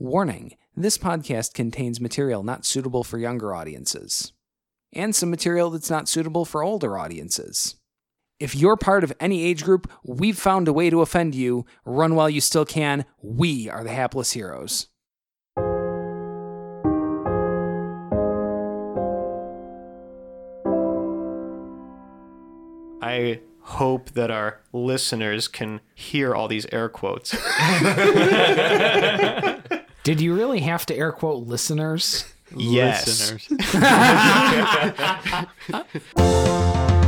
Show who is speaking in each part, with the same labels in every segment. Speaker 1: Warning this podcast contains material not suitable for younger audiences, and some material that's not suitable for older audiences. If you're part of any age group, we've found a way to offend you. Run while you still can. We are the hapless heroes.
Speaker 2: I hope that our listeners can hear all these air quotes.
Speaker 1: Did you really have to air quote listeners?
Speaker 2: yes.
Speaker 3: Listeners.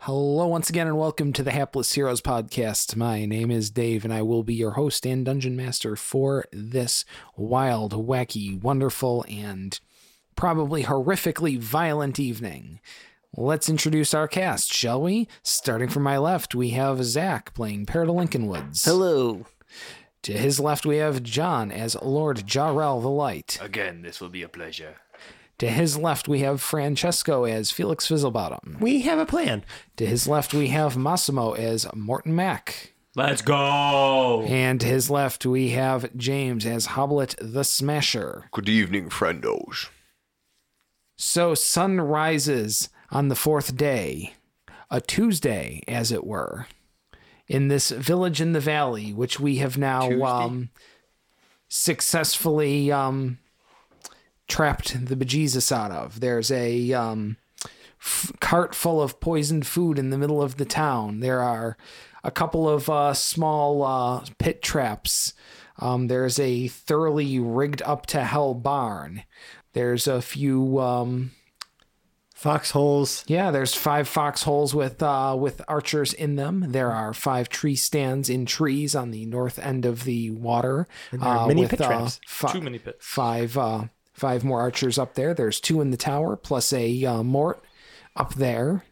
Speaker 1: Hello, once again, and welcome to the Hapless Heroes podcast. My name is Dave, and I will be your host and dungeon master for this wild, wacky, wonderful, and probably horrifically violent evening. Let's introduce our cast, shall we? Starting from my left, we have Zach playing Parrot of Lincoln Woods.
Speaker 4: Hello.
Speaker 1: To his left, we have John as Lord Jarrell the Light.
Speaker 5: Again, this will be a pleasure.
Speaker 1: To his left, we have Francesco as Felix Fizzlebottom.
Speaker 2: We have a plan.
Speaker 1: To his left, we have Massimo as Morton Mack.
Speaker 3: Let's go.
Speaker 1: And to his left, we have James as Hoblet the Smasher.
Speaker 6: Good evening, friendos.
Speaker 1: So, sun rises on the fourth day, a Tuesday, as it were, in this village in the valley, which we have now um, successfully um, trapped the bejesus out of. There's a um, f- cart full of poisoned food in the middle of the town. There are a couple of uh, small uh, pit traps. Um, there's a thoroughly rigged up to hell barn. There's a few um,
Speaker 2: Foxholes.
Speaker 1: yeah, there's five foxholes with uh, with archers in them. There are five tree stands in trees on the north end of the water.
Speaker 2: are
Speaker 1: uh,
Speaker 2: many
Speaker 1: with,
Speaker 2: pit
Speaker 1: uh,
Speaker 2: traps.
Speaker 1: fi-
Speaker 3: Too many pits.
Speaker 1: Five uh, five more archers up there. There's two in the tower plus a uh, mort up there.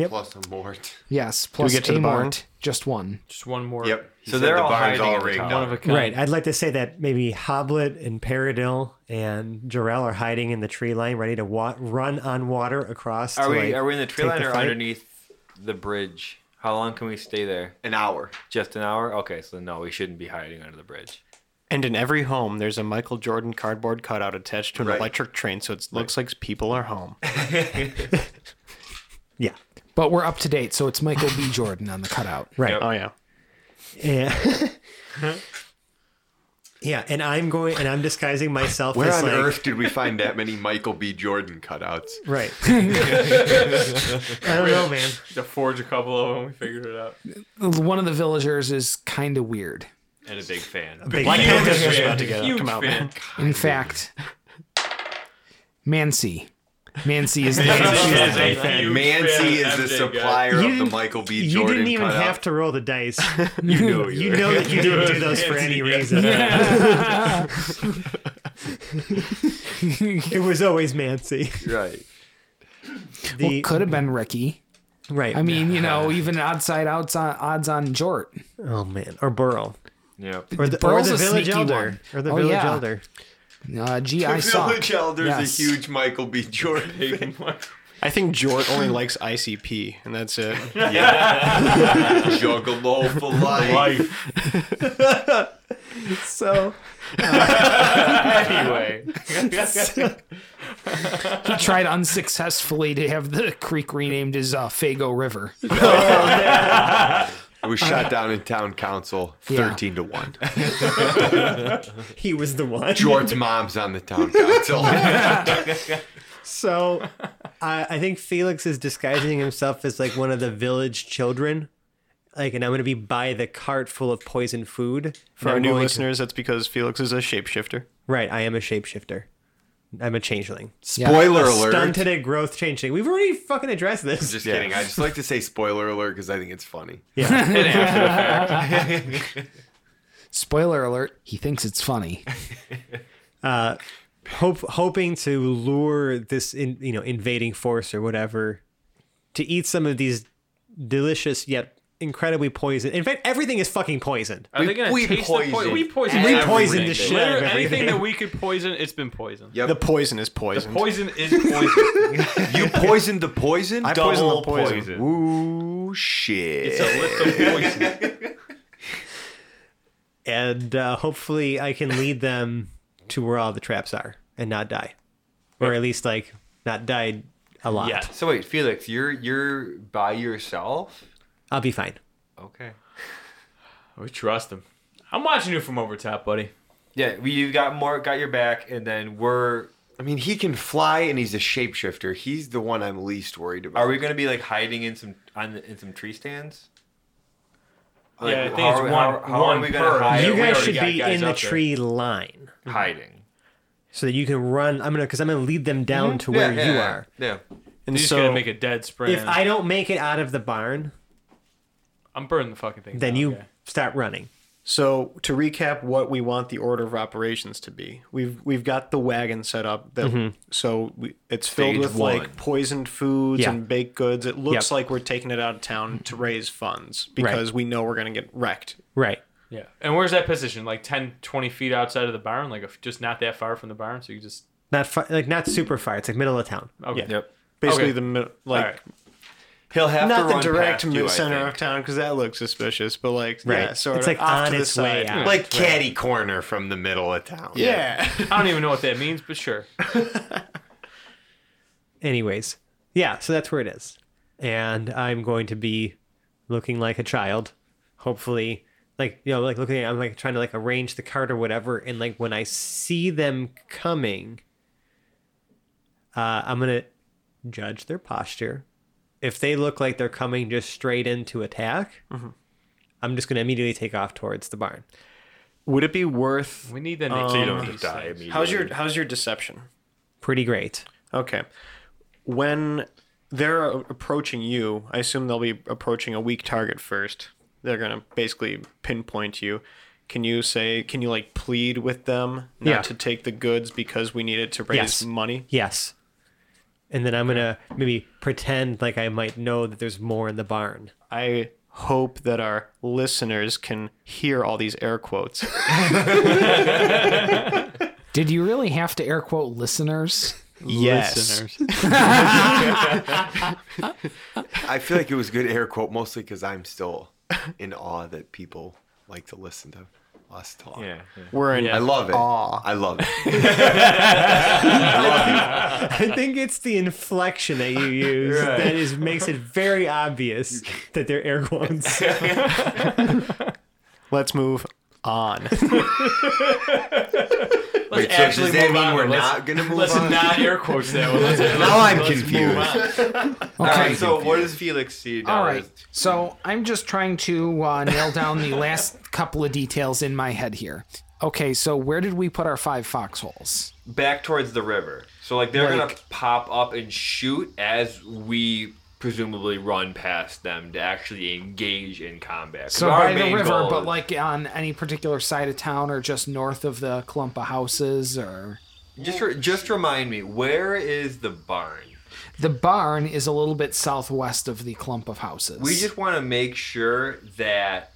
Speaker 6: Plus a mort.
Speaker 1: Yes, plus
Speaker 2: get to
Speaker 1: a
Speaker 2: the barn?
Speaker 1: mort. Just one.
Speaker 3: Just one more.
Speaker 6: Yep. He
Speaker 5: So
Speaker 6: said
Speaker 5: they're
Speaker 6: the
Speaker 5: all
Speaker 6: barn's
Speaker 5: hiding
Speaker 6: all
Speaker 5: in the
Speaker 6: rigged
Speaker 5: tower.
Speaker 3: One of
Speaker 6: up.
Speaker 3: a kind.
Speaker 2: Right. I'd like to say that maybe Hoblet and Paradil and Jarell are hiding in the tree line, ready to wa- run on water across.
Speaker 5: Are
Speaker 2: to,
Speaker 5: we
Speaker 2: like,
Speaker 5: are we in the tree
Speaker 2: take
Speaker 5: line
Speaker 2: the
Speaker 5: or
Speaker 2: fight.
Speaker 5: underneath the bridge? How long can we stay there?
Speaker 6: An hour.
Speaker 5: Just an hour? Okay, so no, we shouldn't be hiding under the bridge.
Speaker 2: And in every home, there's a Michael Jordan cardboard cutout attached to an
Speaker 6: Right.
Speaker 2: electric train, so it looks like people are home.
Speaker 3: Oh.
Speaker 2: yeah.
Speaker 1: But we're up to date, so it's Michael B. Jordan on the cutout.
Speaker 2: Right.
Speaker 5: Yep.
Speaker 2: Oh yeah. Yeah. yeah, and I'm going and I'm disguising myself
Speaker 6: Where
Speaker 2: as
Speaker 6: on
Speaker 2: like
Speaker 6: earth did we find that many Michael B. Jordan cutouts?
Speaker 2: right. I don't know, man.
Speaker 3: To forge a couple of them, we figured it out.
Speaker 1: One of the villagers is kind of weird.
Speaker 5: And a big fan.
Speaker 2: Big
Speaker 3: Like
Speaker 2: fan.
Speaker 3: you
Speaker 2: This
Speaker 3: just
Speaker 2: was
Speaker 3: fan.
Speaker 2: about to get
Speaker 3: Huge
Speaker 2: come out,
Speaker 3: fan.
Speaker 2: man.
Speaker 1: In fact, Mancy. Mancy is the
Speaker 3: This
Speaker 5: Yeah.
Speaker 3: is a huge fan
Speaker 6: Mancy is
Speaker 3: of
Speaker 6: the
Speaker 3: that guy.
Speaker 6: supplier
Speaker 2: You
Speaker 6: of the
Speaker 2: didn't-
Speaker 6: Michael B.
Speaker 2: You
Speaker 6: Jordan
Speaker 2: didn't even
Speaker 6: cutout.
Speaker 2: have to roll the dice.
Speaker 5: You know
Speaker 2: You know that you didn't do those for any reason. it was always Mancy.
Speaker 5: Right.
Speaker 2: The
Speaker 1: could have been Ricky.
Speaker 2: right.
Speaker 1: I mean, you know, even outside odds on odds on Jort.
Speaker 2: oh man, or Burl,
Speaker 5: Yep.
Speaker 2: or the, or
Speaker 1: Burl's
Speaker 2: the
Speaker 1: a
Speaker 2: village
Speaker 1: sneaky
Speaker 2: elder,
Speaker 1: one.
Speaker 2: or the
Speaker 1: Oh,
Speaker 2: village
Speaker 1: yeah.
Speaker 2: elder.
Speaker 1: Uh, gee, I
Speaker 6: The
Speaker 1: saw.
Speaker 6: Village Elder's
Speaker 1: Yes.
Speaker 6: a huge Michael B. Jordan. fan.
Speaker 2: I think Jort only likes ICP, and that's it.
Speaker 6: Juggalo for life.
Speaker 2: so
Speaker 3: Anyway.
Speaker 1: He tried unsuccessfully to have the creek renamed as uh, Fago River.
Speaker 6: It was shot down in town council,
Speaker 1: Yeah.
Speaker 6: thirteen to one.
Speaker 2: he was the one.
Speaker 6: Jordan's mom's on the town council.
Speaker 2: So I, I think Felix is disguising himself as like one of the village children. Like, and I'm going to be by the cart full of poison food.
Speaker 3: For our
Speaker 2: I'm
Speaker 3: new
Speaker 2: going to-
Speaker 3: listeners, that's because Felix is a shapeshifter.
Speaker 2: right, I am a shapeshifter. I'm a changeling.
Speaker 6: Spoiler alert.
Speaker 2: Stunted a growth changeling. We've already fucking addressed this.
Speaker 6: Just kidding. I just like to say spoiler alert because I think it's funny.
Speaker 1: Spoiler alert, he thinks it's funny.
Speaker 2: hope, hoping to lure this in, you know invading force or whatever to eat some of these delicious yet incredibly poisoned. In fact, everything is fucking poisoned.
Speaker 5: Are
Speaker 6: We-
Speaker 5: they gonna
Speaker 6: we
Speaker 5: taste the
Speaker 6: poisoned
Speaker 5: poison? We poisoned.
Speaker 2: We
Speaker 5: everything.
Speaker 2: poisoned the shit out of
Speaker 5: Literally
Speaker 2: everything.
Speaker 5: Anything that we could poison, it's been poisoned.
Speaker 6: Yep.
Speaker 3: The poison is poison.
Speaker 5: Poison is poison.
Speaker 6: you poisoned the poison?
Speaker 3: I poisoned the
Speaker 6: Double
Speaker 3: poison.
Speaker 6: Ooh, shit.
Speaker 5: it's a list of poisons.
Speaker 2: and uh, hopefully I can lead them to where all the traps are and not die, or at least like not die a lot.
Speaker 5: Yes.
Speaker 6: so wait, Felix, you're you're by yourself?
Speaker 2: I'll be fine.
Speaker 6: Okay.
Speaker 5: We trust him.
Speaker 4: I'm watching you from over top, buddy.
Speaker 5: Yeah, we- you got more, got your back, and then we're.
Speaker 6: I mean, he can fly and he's a shapeshifter. He's the one I'm least worried about.
Speaker 5: Are we gonna be like hiding in some on the, in some tree stands? Like,
Speaker 4: Yeah, I think
Speaker 5: how
Speaker 4: it's
Speaker 5: are-
Speaker 4: one-
Speaker 5: how- how are
Speaker 4: one
Speaker 5: we gonna
Speaker 4: per.
Speaker 5: hide?
Speaker 4: Yeah,
Speaker 2: you
Speaker 5: We
Speaker 2: guys
Speaker 5: already
Speaker 2: should
Speaker 5: got
Speaker 2: be
Speaker 5: guys
Speaker 2: in the
Speaker 5: out there.
Speaker 2: tree line
Speaker 5: hiding.
Speaker 2: so that you can run. I'm gonna because I'm gonna lead them down
Speaker 5: Mm-hmm.
Speaker 2: to where
Speaker 6: yeah,
Speaker 2: you
Speaker 6: yeah,
Speaker 2: are.
Speaker 6: Yeah.
Speaker 4: And you just
Speaker 3: So-
Speaker 4: gotta make a dead sprint.
Speaker 2: If I don't make it out of the barn,
Speaker 4: I'm burning the fucking thing.
Speaker 2: then
Speaker 4: down,
Speaker 2: you
Speaker 4: okay.
Speaker 2: start running.
Speaker 3: So to recap, what we want the order of operations to be, we've we've got the wagon set up. That
Speaker 2: Mm-hmm.
Speaker 3: so we, it's filled
Speaker 6: Stage
Speaker 3: with
Speaker 6: one.
Speaker 3: like poisoned foods
Speaker 2: Yeah.
Speaker 3: and baked goods. It looks
Speaker 2: Yep.
Speaker 3: like we're taking it out of town to raise funds because we know we're gonna get wrecked.
Speaker 2: Right.
Speaker 4: Yeah. And where's that position? Like 10, 20 feet outside of the barn? Like if just not that far from the barn? So you just.
Speaker 2: Not far, like not super far. It's like middle of town.
Speaker 4: Okay.
Speaker 3: Yeah. Basically, the mid- like
Speaker 4: All right.
Speaker 5: He'll have
Speaker 3: not
Speaker 5: to
Speaker 3: the
Speaker 5: run
Speaker 3: direct
Speaker 5: past you, I
Speaker 3: mid center
Speaker 5: think.
Speaker 3: of town because that looks suspicious, but like yeah,
Speaker 2: Right.
Speaker 3: sort
Speaker 2: It's
Speaker 3: of
Speaker 2: like
Speaker 3: off
Speaker 2: on
Speaker 3: to the
Speaker 2: its
Speaker 3: side.
Speaker 2: way out.
Speaker 6: Like catty corner from the middle of town.
Speaker 3: Yeah,
Speaker 4: I don't even know what that means, but sure.
Speaker 2: Anyways, yeah. So that's where it is, and I'm going to be looking like a child. Hopefully, like you know, like looking. I'm like trying to like arrange the cart or whatever, and like when I see them coming, uh, I'm gonna judge their posture. If they look like they're coming just straight into attack, I'm just gonna immediately take off towards the barn.
Speaker 3: would it be worth?
Speaker 4: We need them to
Speaker 5: So Um,
Speaker 4: eat
Speaker 5: you don't have
Speaker 4: these
Speaker 5: to die
Speaker 4: things.
Speaker 5: immediately.
Speaker 3: How's your how's your deception?
Speaker 2: Pretty great.
Speaker 3: Okay. When they're approaching you, I assume they'll be approaching a weak target first. They're going to basically pinpoint you. Can you say, can you like plead with them not
Speaker 2: Yeah.
Speaker 3: to take the goods because we need it to raise
Speaker 2: Yes.
Speaker 3: money?
Speaker 2: Yes. And then I'm gonna maybe pretend like I might know that there's more in the barn.
Speaker 3: I hope that our listeners can hear all these air quotes.
Speaker 1: Did you really have to air quote listeners?
Speaker 3: yes.
Speaker 6: I feel like it was good air quote mostly because I'm still in awe that people like to listen to us talk.
Speaker 5: Yeah. yeah.
Speaker 3: We're in.
Speaker 6: I love it.
Speaker 3: Aw.
Speaker 6: I love it.
Speaker 2: I think it's the inflection that you use that is makes it very obvious that they're air quotes.
Speaker 3: Let's move on.
Speaker 4: Let's
Speaker 6: Wait, so does
Speaker 4: actually
Speaker 6: that
Speaker 4: move
Speaker 6: mean
Speaker 4: on.
Speaker 6: we're
Speaker 4: Let's-
Speaker 6: not gonna move
Speaker 4: let's
Speaker 6: on?
Speaker 4: not air quotes that one. Let's,
Speaker 6: now I'm
Speaker 4: let's move
Speaker 6: confused.
Speaker 4: on.
Speaker 6: All right,
Speaker 1: Okay.
Speaker 6: so what does Felix see now?
Speaker 1: All right. So I'm just trying to uh, nail down the last couple of details in my head here. Okay, so where did we put our five foxholes?
Speaker 5: back towards the river. So like they're gonna
Speaker 1: Like-
Speaker 5: pop up and shoot as we presumably run past them to actually engage in combat. 'Cause
Speaker 1: So
Speaker 5: our
Speaker 1: by the
Speaker 5: main
Speaker 1: river,
Speaker 5: goal
Speaker 1: but
Speaker 5: is-
Speaker 1: like on any particular side of town or just north of the clump of houses or.
Speaker 5: just re- just remind me where is the barn?
Speaker 1: The barn is a little bit southwest of the clump of houses.
Speaker 5: We just want to make sure that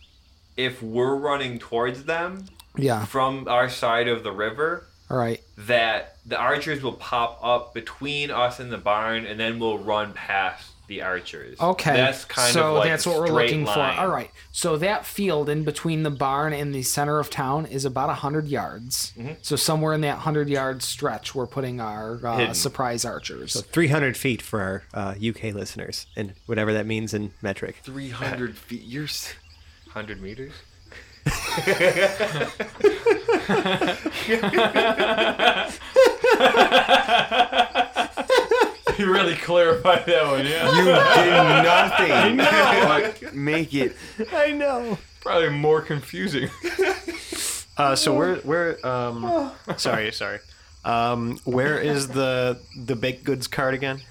Speaker 5: if we're running towards them
Speaker 1: Yeah.
Speaker 5: from our side of the river,
Speaker 1: All right.
Speaker 5: that the archers will pop up between us and the barn, and then we'll run past the archers.
Speaker 1: Okay.
Speaker 5: that's kind
Speaker 1: so
Speaker 5: of like
Speaker 1: that's
Speaker 5: the
Speaker 1: what we're
Speaker 5: straight
Speaker 1: looking
Speaker 5: line.
Speaker 1: for. All right. So that field in between the barn and the center of town is about 100 yards.
Speaker 5: Mm-hmm.
Speaker 1: So somewhere in that 100 yard stretch, we're putting our uh,
Speaker 5: Hidden.
Speaker 1: surprise archers.
Speaker 2: 300 feet for our uh, UK listeners and whatever that means in metric.
Speaker 6: 300 feet. You're. s-
Speaker 5: hundred meters.
Speaker 4: You really clarified that one, yeah.
Speaker 6: You did nothing but make it.
Speaker 2: I know.
Speaker 4: Probably more confusing.
Speaker 3: Uh, so where where um sorry sorry um where is the the baked goods card again?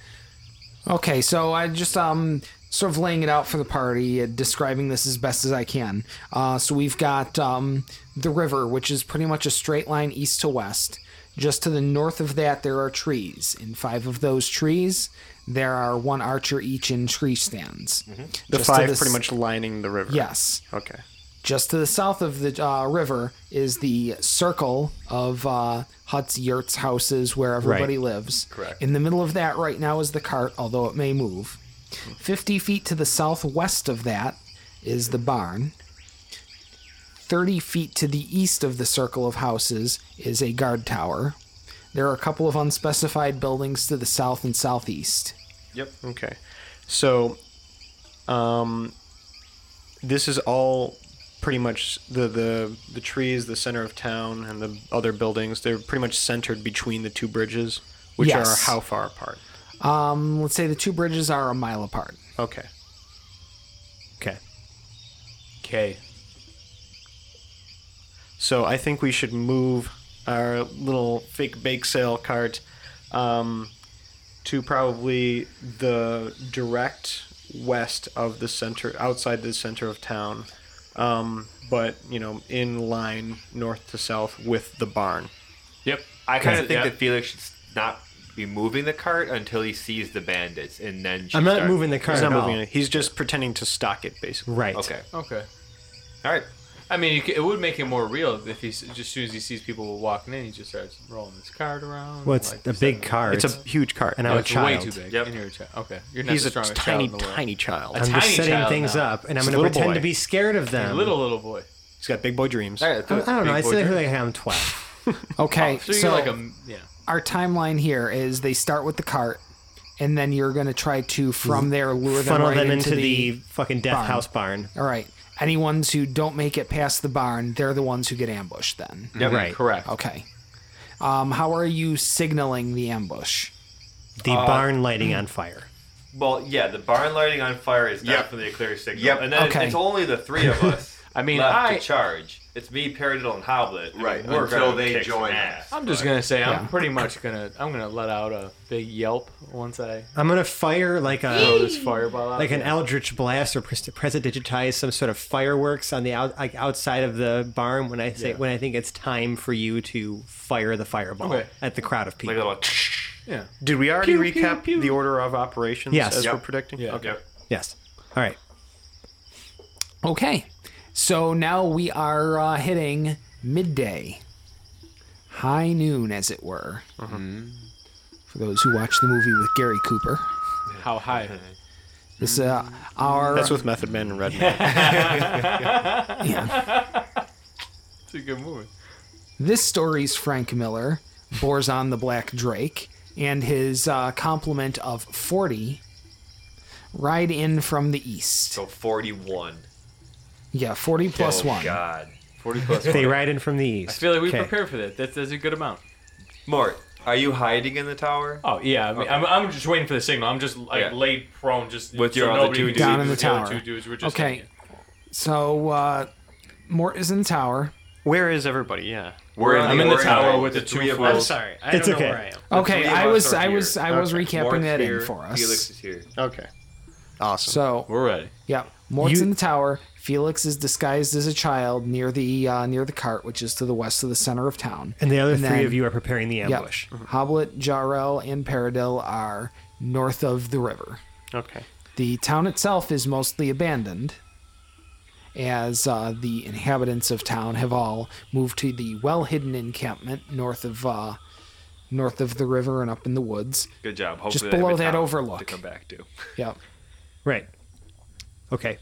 Speaker 1: Okay, so I just um sort of laying it out for the party, uh, describing this as best as I can. Uh, so we've got um, the river, which is pretty much a straight line east to west. Just to the north of that, there are trees. In five of those trees, there are one archer each in tree stands.
Speaker 3: Mm-hmm. The
Speaker 1: Just to
Speaker 3: five
Speaker 1: the
Speaker 3: pretty
Speaker 1: s-
Speaker 3: much lining the river.
Speaker 1: Yes.
Speaker 3: Okay.
Speaker 1: Just to the south of the uh, river is the circle of uh, huts, yurts, houses where everybody lives. Correct. In the middle of that right now is the cart, although it may move. 50 feet to the southwest of that is the barn. 30 feet to the east of the circle of houses is a guard tower. There are a couple of unspecified buildings to the south and southeast.
Speaker 3: Okay. So, um, this is all pretty much the the the trees, the center of town, and the other buildings. They're pretty much centered between the two bridges, which
Speaker 1: Yes.
Speaker 3: are how far apart?
Speaker 1: Um, let's say the two bridges are a mile apart.
Speaker 3: Okay. Okay.
Speaker 4: Okay.
Speaker 3: So I think we should move our little fake bake sale cart um, to probably the direct west of the center, outside the center of town, um, but you know, in line north to south with the barn.
Speaker 4: Yep.
Speaker 5: I kind
Speaker 4: Yeah.
Speaker 5: of think that Felix should not be moving the cart until he sees the bandits, and then should
Speaker 2: I'm not
Speaker 5: start-
Speaker 2: moving the cart
Speaker 3: He's not
Speaker 2: at
Speaker 3: moving
Speaker 2: all.
Speaker 3: it. He's just pretending to stock it, basically.
Speaker 2: Right.
Speaker 5: Okay.
Speaker 4: Okay.
Speaker 5: All right.
Speaker 4: I mean, you c- it would make it more real if he s- just as soon as he sees people walking in, he just starts rolling his card around.
Speaker 2: Well, it's
Speaker 4: like
Speaker 2: a
Speaker 4: he's
Speaker 2: big
Speaker 4: having-
Speaker 2: car.
Speaker 3: It's a huge cart,
Speaker 2: and
Speaker 3: and
Speaker 2: I'm a
Speaker 4: It's way
Speaker 2: child.
Speaker 4: too big.
Speaker 5: Yep.
Speaker 4: And you're a child. Okay, you're not
Speaker 3: he's
Speaker 4: the
Speaker 3: a
Speaker 4: strongest
Speaker 3: tiny,
Speaker 4: child in the world.
Speaker 3: tiny child.
Speaker 2: I'm just
Speaker 4: tiny
Speaker 2: setting
Speaker 4: child
Speaker 2: things
Speaker 4: now.
Speaker 2: up, and
Speaker 3: Just
Speaker 2: I'm going
Speaker 3: a
Speaker 2: to
Speaker 3: little
Speaker 2: pretend
Speaker 3: boy.
Speaker 2: to be scared of them.
Speaker 4: Little little boy.
Speaker 3: He's got big boy dreams.
Speaker 5: All right.
Speaker 2: I
Speaker 5: so
Speaker 2: I don't know. I
Speaker 5: big
Speaker 2: still
Speaker 5: boy
Speaker 2: feel
Speaker 5: drink.
Speaker 2: like I'm 12.
Speaker 1: Okay,
Speaker 4: Oh, So, you're like a m- yeah.
Speaker 1: our timeline here is they start with the cart and then you're going to try to from there lure them
Speaker 2: Funnel
Speaker 1: right
Speaker 2: them
Speaker 1: into, the,
Speaker 2: fucking death
Speaker 1: barn.
Speaker 2: house barn.
Speaker 1: all right any ones who don't make it past the barn they're the ones who get ambushed then
Speaker 5: Yep,
Speaker 2: Right.
Speaker 5: Correct.
Speaker 1: okay um, how are you signaling the ambush
Speaker 2: The barn lighting on fire.
Speaker 5: Well, yeah, the barn lighting on fire is
Speaker 6: Yep.
Speaker 5: definitely a clear signal.
Speaker 6: Yep.
Speaker 5: And then
Speaker 1: Okay.
Speaker 5: it's only the three of us.
Speaker 4: I mean,
Speaker 5: left
Speaker 4: I-
Speaker 5: to charge. It's me, Paradiddle, and Hoblet. and
Speaker 6: Right,
Speaker 5: We're
Speaker 6: until
Speaker 5: gonna
Speaker 6: they
Speaker 5: kick some
Speaker 6: join
Speaker 5: ass.
Speaker 4: I'm just gonna say I'm pretty much gonna I'm gonna let out a big yelp once I
Speaker 2: I'm going to fire like
Speaker 4: throw
Speaker 2: a
Speaker 4: this fireball out.
Speaker 2: like an eldritch blast or pres- prestidigitize some sort of fireworks on the out, like outside of the barn when I say when I think it's time for you to fire the fireball
Speaker 4: Okay.
Speaker 2: at the crowd of
Speaker 5: Like
Speaker 2: people.
Speaker 5: a little.
Speaker 4: yeah.
Speaker 3: Did we already
Speaker 4: Pew, pew,
Speaker 3: recap
Speaker 4: pew.
Speaker 3: the order of operations
Speaker 2: Yes.
Speaker 3: as
Speaker 5: Yep.
Speaker 3: we're predicting?
Speaker 4: Yeah.
Speaker 3: Okay.
Speaker 5: Yep.
Speaker 2: yes. All right.
Speaker 1: okay so now we are uh, hitting midday high noon as it were for those who watch the movie with gary cooper
Speaker 4: How high?
Speaker 1: this uh, our
Speaker 3: That's with Method Man and Redman.
Speaker 4: It's a good movie.
Speaker 1: This story's Frank Miller, Borzon the Black Drake, and his uh, complement of 40 ride in from the east.
Speaker 5: So 41.
Speaker 1: Yeah, 40 plus
Speaker 5: oh,
Speaker 1: one.
Speaker 5: God. 40 plus
Speaker 2: They
Speaker 5: 1.
Speaker 2: ride in from the
Speaker 4: I
Speaker 2: east.
Speaker 4: feel like we
Speaker 2: Okay.
Speaker 4: prepared for that. That's, that's a good amount.
Speaker 5: Mort, are you hiding in the tower?
Speaker 4: Oh yeah, I mean, I'm, I'm just waiting for the signal. I'm just like
Speaker 5: Yeah.
Speaker 4: laid prone, just
Speaker 5: With
Speaker 4: so
Speaker 5: your other
Speaker 4: nobody
Speaker 5: two
Speaker 4: can
Speaker 5: dudes.
Speaker 4: see
Speaker 1: Down
Speaker 4: me
Speaker 1: in the
Speaker 4: with the other
Speaker 1: tower.
Speaker 4: Two dudes. We're just
Speaker 1: Okay.
Speaker 4: hanging.
Speaker 1: So, uh, Mort is in the tower.
Speaker 3: Where is everybody? Yeah.
Speaker 5: We're
Speaker 4: I'm in the
Speaker 5: we're
Speaker 4: tower
Speaker 5: hiding.
Speaker 4: with the two
Speaker 5: three of
Speaker 4: fools.
Speaker 5: us-
Speaker 4: I'm
Speaker 3: sorry. I
Speaker 2: It's don't know okay. where I am.
Speaker 1: Okay,
Speaker 5: three of
Speaker 1: I
Speaker 5: us
Speaker 1: was
Speaker 5: are
Speaker 1: I
Speaker 5: here.
Speaker 1: was I was
Speaker 3: Okay.
Speaker 1: recapping
Speaker 5: Mort's
Speaker 1: that
Speaker 5: here,
Speaker 1: in for
Speaker 5: Felix
Speaker 1: us.
Speaker 5: is here.
Speaker 3: Okay. Awesome.
Speaker 1: So,
Speaker 4: We're ready.
Speaker 1: yeah, Mort's
Speaker 2: You-
Speaker 1: in the tower. Felix is disguised as a child near the uh, near the cart, which is to the west of the center of town.
Speaker 2: And the other three
Speaker 1: then-
Speaker 2: of you are preparing the
Speaker 1: Yeah,
Speaker 2: ambush.
Speaker 1: Hoblet, Jarrell, and Paradil are north of the river.
Speaker 3: okay.
Speaker 1: The town itself is mostly abandoned, as uh, the inhabitants of town have all moved to the well-hidden encampment north of uh, north of the river and up in the woods.
Speaker 5: Good job. Hopefully
Speaker 1: Just
Speaker 5: they have a
Speaker 1: below that
Speaker 5: tower
Speaker 1: overlook.
Speaker 5: To come back to.
Speaker 1: Yep.
Speaker 2: Right. Okay.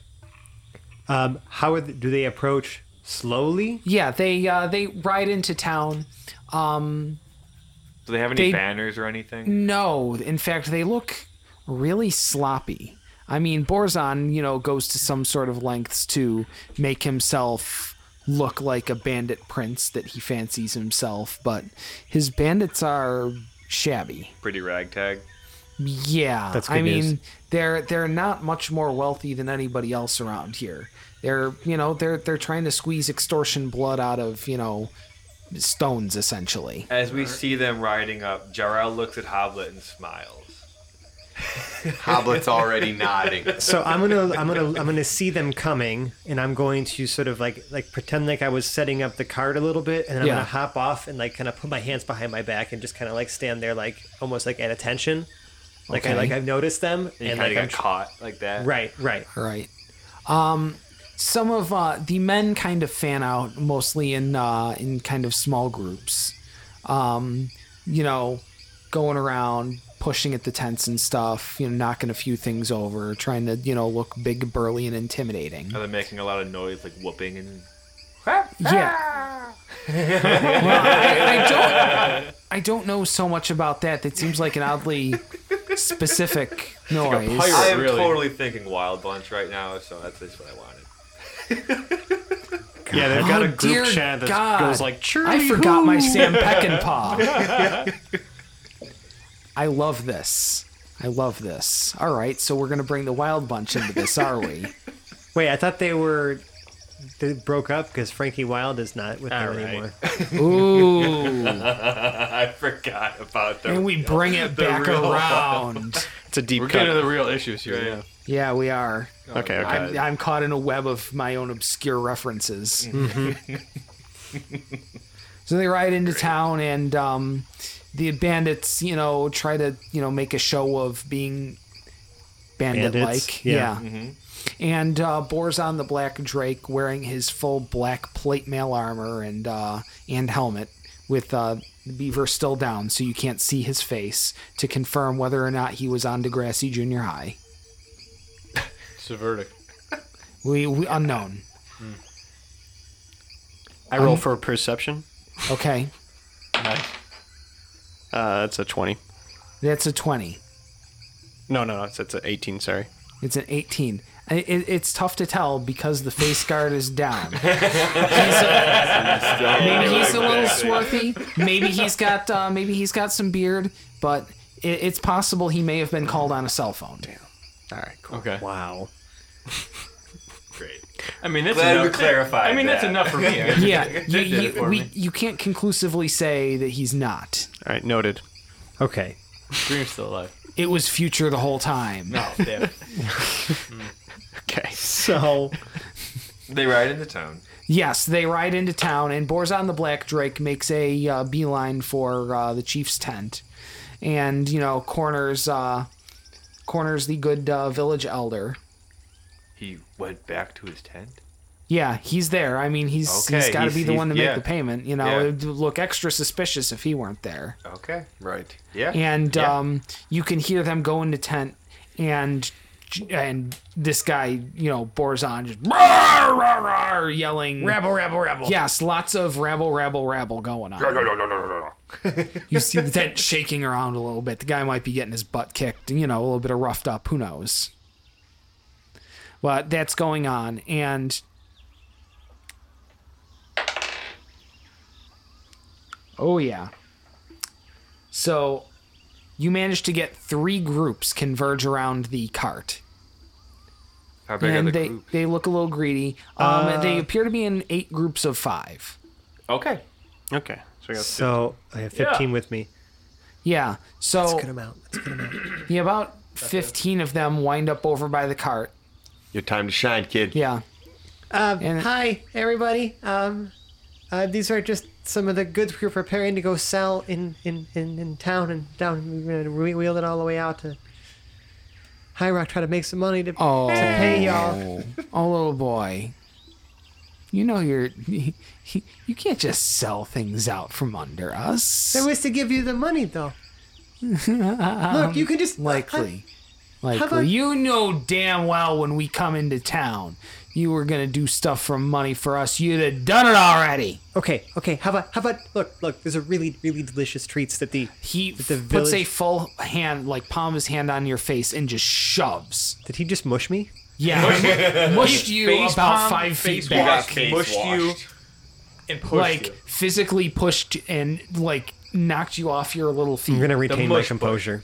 Speaker 2: Um, how are the, do they approach slowly?
Speaker 1: Yeah, they uh, they ride into town.
Speaker 5: Do they have any
Speaker 1: They-
Speaker 5: banners or anything?
Speaker 1: No, in fact, they look really sloppy. I mean, Borzon, you know, goes to some sort of lengths to make himself look like a bandit prince that he fancies himself, but his bandits are shabby.
Speaker 5: Pretty ragtag.
Speaker 1: Yeah,
Speaker 2: That's
Speaker 1: I
Speaker 2: good news.
Speaker 1: mean, they're they're not much more wealthy than anybody else around here. They're you know they're they're trying to squeeze extortion blood out of you know stones essentially.
Speaker 5: As we see them riding up, Jarrell looks at Hoblet and smiles.
Speaker 6: Hoblet's already nodding.
Speaker 2: so I'm gonna I'm gonna I'm gonna see them coming, and I'm going to sort of like like pretend like I was setting up the card a little bit, and then I'm
Speaker 1: Yeah.
Speaker 2: gonna hop off and like kind of put my hands behind my back and just kind of like stand there like almost like at attention, like I
Speaker 1: Okay.
Speaker 2: like I've noticed them
Speaker 5: You
Speaker 2: and
Speaker 5: kind
Speaker 2: like
Speaker 5: of
Speaker 2: I'm
Speaker 5: got
Speaker 2: tr-
Speaker 5: caught like that.
Speaker 2: right right
Speaker 1: All right. Um, some of uh, the men kind of fan out, mostly in uh, in kind of small groups. Um, you know, going around pushing at the tents and stuff. You know, knocking a few things over, trying to you know look big, burly, and intimidating.
Speaker 5: Are they making a lot of noise, like whooping and?
Speaker 1: Yeah. well, I, I don't. I don't know so much about that. That seems like an oddly specific noise.
Speaker 5: I am
Speaker 4: really.
Speaker 5: totally thinking Wild Bunch right now, so that's just what I wanted.
Speaker 2: yeah
Speaker 1: Oh,
Speaker 2: they've
Speaker 1: dear God.
Speaker 2: goes like
Speaker 1: I forgot my Sam Peckinpah. I love this. I love this. All right, so we're gonna bring the Wild Bunch into this, are we?
Speaker 2: wait I thought they were they broke up because Frankie Wild is not with them
Speaker 4: All
Speaker 2: anymore.
Speaker 4: right.
Speaker 1: Ooh,
Speaker 5: I forgot about
Speaker 1: and
Speaker 5: them.
Speaker 1: we bring it back around.
Speaker 3: It's a deep
Speaker 4: We're
Speaker 3: cut.
Speaker 4: getting to the real issues here. Yeah.
Speaker 1: Yeah, we are.
Speaker 3: okay, okay.
Speaker 1: I'm, I'm caught in a web of my own obscure references. so they ride into town, and um, the bandits, you know, try to you know make a show of being bandit-like.
Speaker 2: Bandits, yeah.
Speaker 1: And uh, Borzon the Black Drake, wearing his full black plate mail armor and uh, and helmet, with uh, the beaver still down, so you can't see his face to confirm whether or not he was on Degrassi Junior High.
Speaker 4: It's a verdict.
Speaker 1: We, we unknown.
Speaker 3: I roll for perception.
Speaker 1: Okay.
Speaker 3: Uh, it's a twenty.
Speaker 1: That's a 20.
Speaker 3: No, no, no. It's it's an eighteen. Sorry.
Speaker 1: It's an 18. I- It, it's tough to tell because the face guard is down. He's a, maybe he's a little swarthy. Maybe he's got uh, maybe he's got some beard, but it, it's possible he may have been called on a cell phone.
Speaker 3: All right. Cool.
Speaker 4: Okay.
Speaker 2: Wow.
Speaker 5: Great.
Speaker 4: I mean, that's
Speaker 5: Glad we
Speaker 4: enough.
Speaker 5: clarified
Speaker 4: I mean, that's
Speaker 5: that.
Speaker 4: enough for me.
Speaker 1: Yeah, you,
Speaker 4: did it
Speaker 1: you,
Speaker 4: for
Speaker 1: we,
Speaker 4: me.
Speaker 1: you can't conclusively say that he's not.
Speaker 3: All right. Noted.
Speaker 2: Okay.
Speaker 4: Dream's still alive.
Speaker 1: It was future the whole time.
Speaker 4: Oh, damn. it.
Speaker 3: Okay.
Speaker 2: So
Speaker 5: They ride into town.
Speaker 1: Yes, they ride into town, and Borzon the Black Drake makes a uh, beeline for uh, the chief's tent, and you know corners uh, corners the good uh, village elder.
Speaker 5: He went back to his tent.
Speaker 1: Yeah, he's there. I mean, he's he's
Speaker 5: Okay,
Speaker 1: got to
Speaker 5: he's-
Speaker 1: be the
Speaker 5: he's-
Speaker 1: one to make
Speaker 5: yeah.
Speaker 1: the payment. You know,
Speaker 5: Yeah.
Speaker 1: it'd look extra suspicious if he weren't there.
Speaker 5: Okay.
Speaker 6: Right.
Speaker 5: Yeah.
Speaker 1: And
Speaker 5: Yeah.
Speaker 1: um, you can hear them go into tent, and and this guy, you know, Borzon just "Rar, rar, rar," yelling
Speaker 2: rabble rabble rabble.
Speaker 1: Yes, lots of rabble, rabble, rabble going on. you see the tent shaking around a little bit. The guy might be getting his butt kicked, you know, a little bit of roughed up. Who knows? But that's going on, and oh yeah. So you manage to get three groups converge around the cart
Speaker 5: How big are
Speaker 1: and
Speaker 5: the
Speaker 1: they,
Speaker 5: group? Uh,
Speaker 1: they look a little greedy. Um, they appear to be in eight groups of five.
Speaker 5: Okay.
Speaker 3: Okay. So we got
Speaker 2: So I have 15 with me.
Speaker 1: Yeah. So
Speaker 2: Good amount.
Speaker 1: yeah, about fifteen of them wind up over by the cart.
Speaker 6: Your time to shine, kid.
Speaker 1: Yeah.
Speaker 2: Um,
Speaker 1: And-
Speaker 2: hi, everybody. Um, uh, these are just some of the goods we're preparing to go sell in in, in, in town and down. We're gonna re- wheel it all the way out to High Rock, try to make some money to,
Speaker 1: Oh.
Speaker 2: to pay y'all.
Speaker 1: Oh, little boy. You know you're. You can't just sell things out from under us.
Speaker 2: I wish to give you the money though. Look, you can just uh,
Speaker 1: Likely. Likely.
Speaker 2: about-
Speaker 1: you know damn well when we come into town, you were gonna do stuff for money for us. You'd have done it already.
Speaker 2: Okay, okay. How about how about look look? There's a really really delicious treats that the
Speaker 1: He
Speaker 2: the
Speaker 1: f- puts
Speaker 2: village-
Speaker 1: a full hand, like palm of his hand on your face, and just shoves.
Speaker 2: did he just mush me?
Speaker 1: Yeah, mushed you
Speaker 4: Face
Speaker 1: about
Speaker 4: palm,
Speaker 1: five
Speaker 4: face
Speaker 1: feet
Speaker 5: You got
Speaker 1: back,
Speaker 5: face
Speaker 4: Mushed you.
Speaker 5: washed.
Speaker 4: And pushed
Speaker 1: like
Speaker 4: you.
Speaker 1: physically pushed and like knocked you off your little feet.
Speaker 2: I'm gonna retain my
Speaker 4: mush
Speaker 2: composure.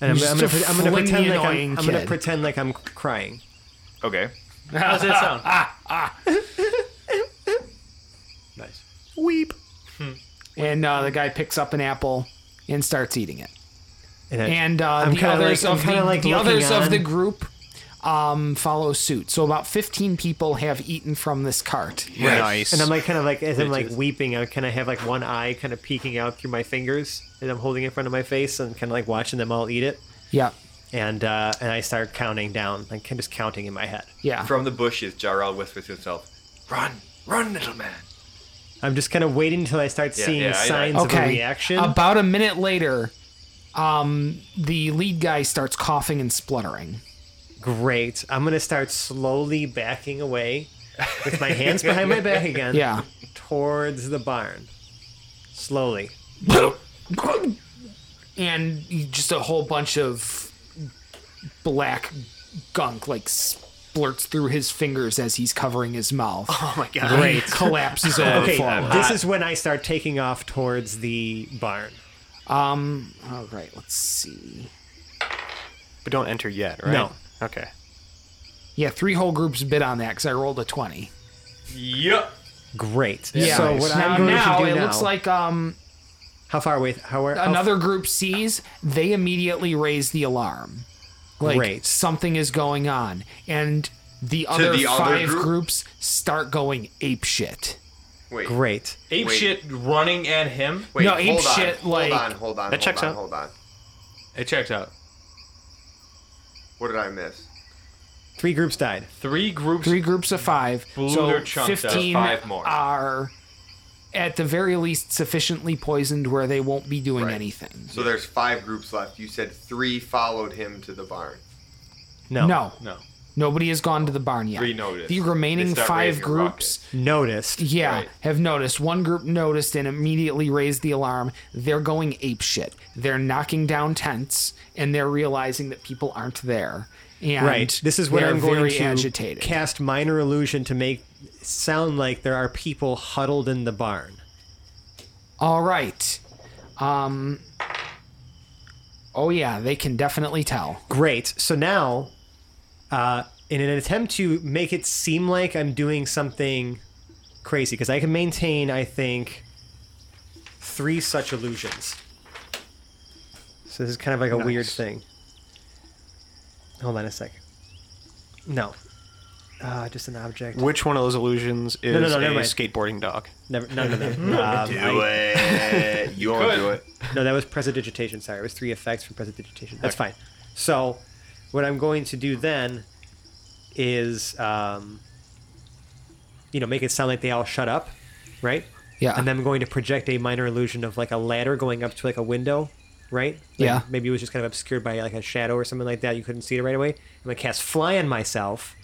Speaker 2: And I'm,
Speaker 1: You're
Speaker 2: I'm, gonna,
Speaker 1: just a
Speaker 2: pre- I'm gonna
Speaker 1: flingy,
Speaker 2: pretend like
Speaker 1: annoying
Speaker 2: I'm, I'm gonna
Speaker 1: kid.
Speaker 2: pretend like I'm crying.
Speaker 5: Okay.
Speaker 4: How's that sound? Nice.
Speaker 1: weep. And uh, the guy picks up an apple and starts eating it.
Speaker 2: And, I-
Speaker 1: and uh,
Speaker 2: I'm
Speaker 1: the
Speaker 2: kinda
Speaker 1: others
Speaker 2: like- I'm
Speaker 1: of
Speaker 2: kinda
Speaker 1: the,
Speaker 2: like
Speaker 1: the
Speaker 2: looking
Speaker 1: others of the
Speaker 2: on.
Speaker 1: group um, follow suit. So about 15 people have eaten from this cart.
Speaker 3: Nice.
Speaker 2: And I'm like kind of like as I'm like weeping, I kind of have like one eye kind of peeking out through my fingers, and I'm holding it in front of my face and kind of like watching them all eat it.
Speaker 1: Yeah,
Speaker 2: And uh, and I start counting down, like kind of just counting in my head.
Speaker 1: yeah.
Speaker 5: From the bushes, Jarl whispers to himself, "Run, run, little man."
Speaker 2: I'm just kind of waiting until I start
Speaker 5: Yeah,
Speaker 2: seeing
Speaker 5: yeah, I-
Speaker 2: signs
Speaker 5: I-
Speaker 2: of a reaction.
Speaker 1: About a minute later, um, the lead guy starts coughing and spluttering.
Speaker 2: Great. I'm gonna start slowly backing away with my hands behind my back again.
Speaker 1: Yeah.
Speaker 2: Towards the barn. Slowly.
Speaker 1: and you- just a whole bunch of black gunk like splurts through his fingers as he's covering his mouth. Oh my god. Great. Collapses over
Speaker 2: Okay.
Speaker 1: forward.
Speaker 2: This is when I start taking off towards the barn.
Speaker 1: Um all right, let's see.
Speaker 3: but don't enter yet, right?
Speaker 2: No.
Speaker 3: Okay.
Speaker 1: Yeah, three whole groups bid on that cuz I rolled a 20.
Speaker 5: Yep.
Speaker 2: Great.
Speaker 1: Yeah.
Speaker 2: So what
Speaker 1: now,
Speaker 2: I'm going
Speaker 1: now
Speaker 2: to do
Speaker 1: it
Speaker 2: now,
Speaker 1: looks like um
Speaker 2: how far away? How are how
Speaker 1: another group sees, they immediately raise the alarm. Like
Speaker 2: Great.
Speaker 1: something is going on, and the other
Speaker 5: the other
Speaker 1: five
Speaker 5: group?
Speaker 1: groups start going ape shit.
Speaker 6: Wait.
Speaker 2: Great.
Speaker 4: Ape
Speaker 6: Wait.
Speaker 4: shit running at him.
Speaker 6: Wait,
Speaker 1: No,
Speaker 6: hold
Speaker 1: ape
Speaker 6: on,
Speaker 1: shit,
Speaker 6: hold
Speaker 1: like-
Speaker 6: on, hold on,
Speaker 3: That
Speaker 6: hold
Speaker 3: checks
Speaker 6: on,
Speaker 3: out.
Speaker 6: hold on.
Speaker 4: It checks out.
Speaker 6: What did I miss?
Speaker 2: Three groups died.
Speaker 4: Three groups.
Speaker 1: Three groups of five,
Speaker 4: Blew
Speaker 1: so
Speaker 4: their chunks out.
Speaker 1: fifteen
Speaker 5: Five more.
Speaker 1: are at the very least sufficiently poisoned where they won't be doing
Speaker 6: Right.
Speaker 1: anything.
Speaker 6: So there's five groups left. You said three followed him to the barn.
Speaker 2: No.
Speaker 1: No,
Speaker 4: No.
Speaker 1: nobody has gone to the barn yet.
Speaker 5: Three noticed.
Speaker 1: The
Speaker 5: They
Speaker 1: remaining
Speaker 5: start
Speaker 1: five
Speaker 5: raising
Speaker 1: groups
Speaker 2: Noticed.
Speaker 1: Yeah,
Speaker 5: Right.
Speaker 1: have noticed. One group noticed and immediately raised the alarm. They're going ape shit. They're knocking down tents and they're realizing that people aren't there. And
Speaker 2: Right. This is where
Speaker 1: they're
Speaker 2: I'm going
Speaker 1: very
Speaker 2: to
Speaker 1: agitated.
Speaker 2: cast minor illusion to make sound like there are people huddled in the barn.
Speaker 1: All right. Um. Oh yeah, they can definitely tell.
Speaker 2: Great. So now, uh, in an attempt to make it seem like I'm doing something crazy, because I can maintain, I think, three such illusions. So this is kind of like a weird thing. Hold on a second. No. Uh, just an object.
Speaker 3: Which one of those illusions is
Speaker 2: no, no,
Speaker 3: a
Speaker 2: never mind.
Speaker 3: skateboarding dog?
Speaker 2: Never, none of them. Um,
Speaker 6: Do it. You won't do it.
Speaker 2: No, that was prestidigitation. Sorry, it was three effects from prestidigitation. That's fine. So, what I'm going to do then is, um, you know, make it sound like they all shut up, right?
Speaker 1: Yeah.
Speaker 2: And then I'm going to project a minor illusion of like a ladder going up to like a window, right? Like,
Speaker 1: Yeah.
Speaker 2: Maybe it was just kind of obscured by like a shadow or something like that. You couldn't see it right away. I'm gonna cast fly on myself.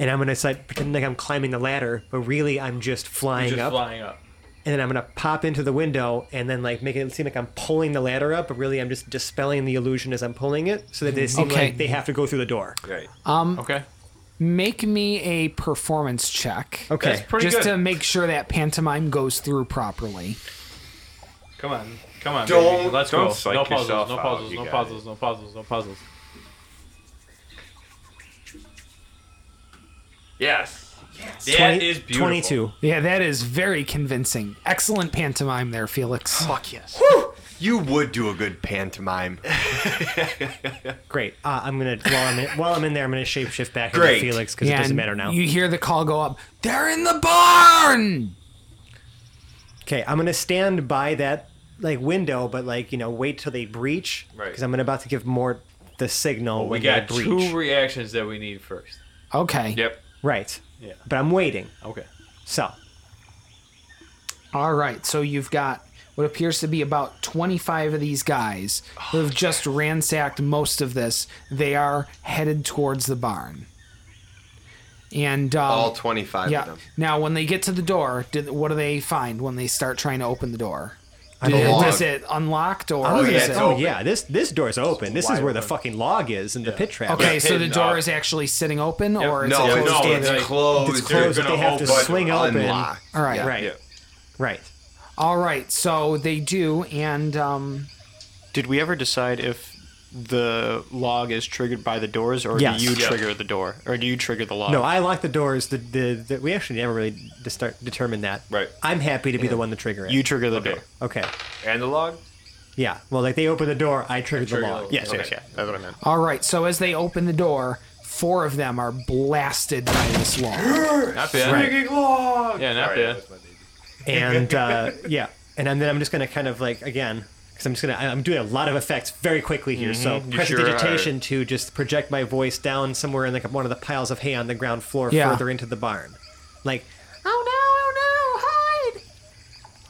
Speaker 2: And I'm gonna start pretending like I'm climbing the ladder, but really I'm just flying
Speaker 4: Just
Speaker 2: up
Speaker 4: flying up.
Speaker 2: and then I'm gonna pop into the window and then like make it seem like I'm pulling the ladder up, but really I'm just dispelling the illusion as I'm pulling it, so that they seem
Speaker 1: Okay.
Speaker 2: like they have to go through the door.
Speaker 5: Right.
Speaker 4: Okay.
Speaker 1: Um, Make me a performance check.
Speaker 2: Okay.
Speaker 4: That's pretty
Speaker 1: Just
Speaker 4: good.
Speaker 1: to make sure that pantomime goes through properly.
Speaker 4: Come on. Come on.
Speaker 5: Don't-
Speaker 4: baby. Let's
Speaker 5: don't
Speaker 4: go.
Speaker 5: psych
Speaker 4: no puzzles.
Speaker 5: yourself
Speaker 4: No
Speaker 5: out.
Speaker 4: puzzles.
Speaker 5: You
Speaker 4: No
Speaker 5: got
Speaker 4: puzzles. No puzzles. No puzzles.
Speaker 5: Yes. yes.
Speaker 2: Twenty-
Speaker 5: beautiful.
Speaker 2: Twenty-two.
Speaker 1: Yeah, that is very convincing. Excellent pantomime there, Felix.
Speaker 2: Oh,
Speaker 3: Fuck yes.
Speaker 6: You would do a good pantomime.
Speaker 2: Great. Uh, I'm gonna while I'm in, while I'm in there, I'm gonna shapeshift back
Speaker 6: Great.
Speaker 2: into Felix because it
Speaker 1: Yeah,
Speaker 2: doesn't
Speaker 1: and
Speaker 2: matter now.
Speaker 1: You hear the call go up. They're in the barn.
Speaker 2: Okay, I'm gonna stand by that like window, but like you know, wait till they breach
Speaker 5: Right.
Speaker 2: because I'm gonna about to give more the signal
Speaker 4: We
Speaker 2: when
Speaker 4: got
Speaker 2: they breach.
Speaker 4: two reactions that we need first.
Speaker 1: Okay.
Speaker 5: Yep.
Speaker 2: right.
Speaker 4: Yeah.
Speaker 2: But I'm waiting.
Speaker 4: Okay.
Speaker 2: So
Speaker 1: All right. So you've got what appears to be about 25 of these guys who have just ransacked most of this. They are headed towards the barn. And um,
Speaker 6: All 25 of
Speaker 1: yeah.
Speaker 6: them.
Speaker 1: Now, when they get to the door, did, what do they find when they start trying to open the door?
Speaker 2: I'm
Speaker 1: Did-
Speaker 6: log.
Speaker 1: is it unlocked or?
Speaker 2: Oh,
Speaker 1: is
Speaker 2: yeah,
Speaker 1: it-
Speaker 2: oh yeah, this this door's open. This is where the fucking log is and the pit trap.
Speaker 1: Okay, so the
Speaker 5: hidden
Speaker 1: door
Speaker 5: up.
Speaker 1: is actually sitting open, or is
Speaker 6: No,
Speaker 1: it
Speaker 6: it's,
Speaker 1: closed?
Speaker 5: no,
Speaker 6: it's
Speaker 5: it's
Speaker 6: closed.
Speaker 2: it's closed,
Speaker 6: They're
Speaker 2: but they have
Speaker 6: gonna
Speaker 2: to
Speaker 6: open-
Speaker 2: swing open.
Speaker 6: unlock.
Speaker 1: All right.
Speaker 6: Yeah.
Speaker 2: Right. Right.
Speaker 1: All right, so they do, and um,
Speaker 3: Did we ever decide if the log is triggered by the doors, or
Speaker 2: Yes.
Speaker 3: do you
Speaker 2: Yes.
Speaker 3: trigger the door, or do you trigger the log?
Speaker 2: No, I lock the doors. The, the, the we actually never really de- start determined that.
Speaker 5: Right.
Speaker 2: I'm happy to be the one to trigger it.
Speaker 3: you trigger the
Speaker 5: Okay.
Speaker 3: door.
Speaker 2: okay?
Speaker 5: And the log.
Speaker 2: Yeah. Well, like they open the door, I triggered the
Speaker 5: Trigger
Speaker 2: log.
Speaker 5: log.
Speaker 3: Yes,
Speaker 5: Okay.
Speaker 3: yes, yeah. That's what I meant.
Speaker 1: All right, so as they open the door, four of them are blasted by this log.
Speaker 4: Not bad. Yeah, not
Speaker 5: Sorry, that
Speaker 4: bad.
Speaker 5: was my baby.
Speaker 2: and uh, yeah, and then I'm just gonna kind of like again because I'm just gonna I'm doing a lot of effects very quickly here. So
Speaker 5: Mm-hmm.
Speaker 2: prestidigitation to just project my voice down somewhere in like one of the piles of hay on the ground floor,
Speaker 1: Yeah.
Speaker 2: further into the barn, like "Oh,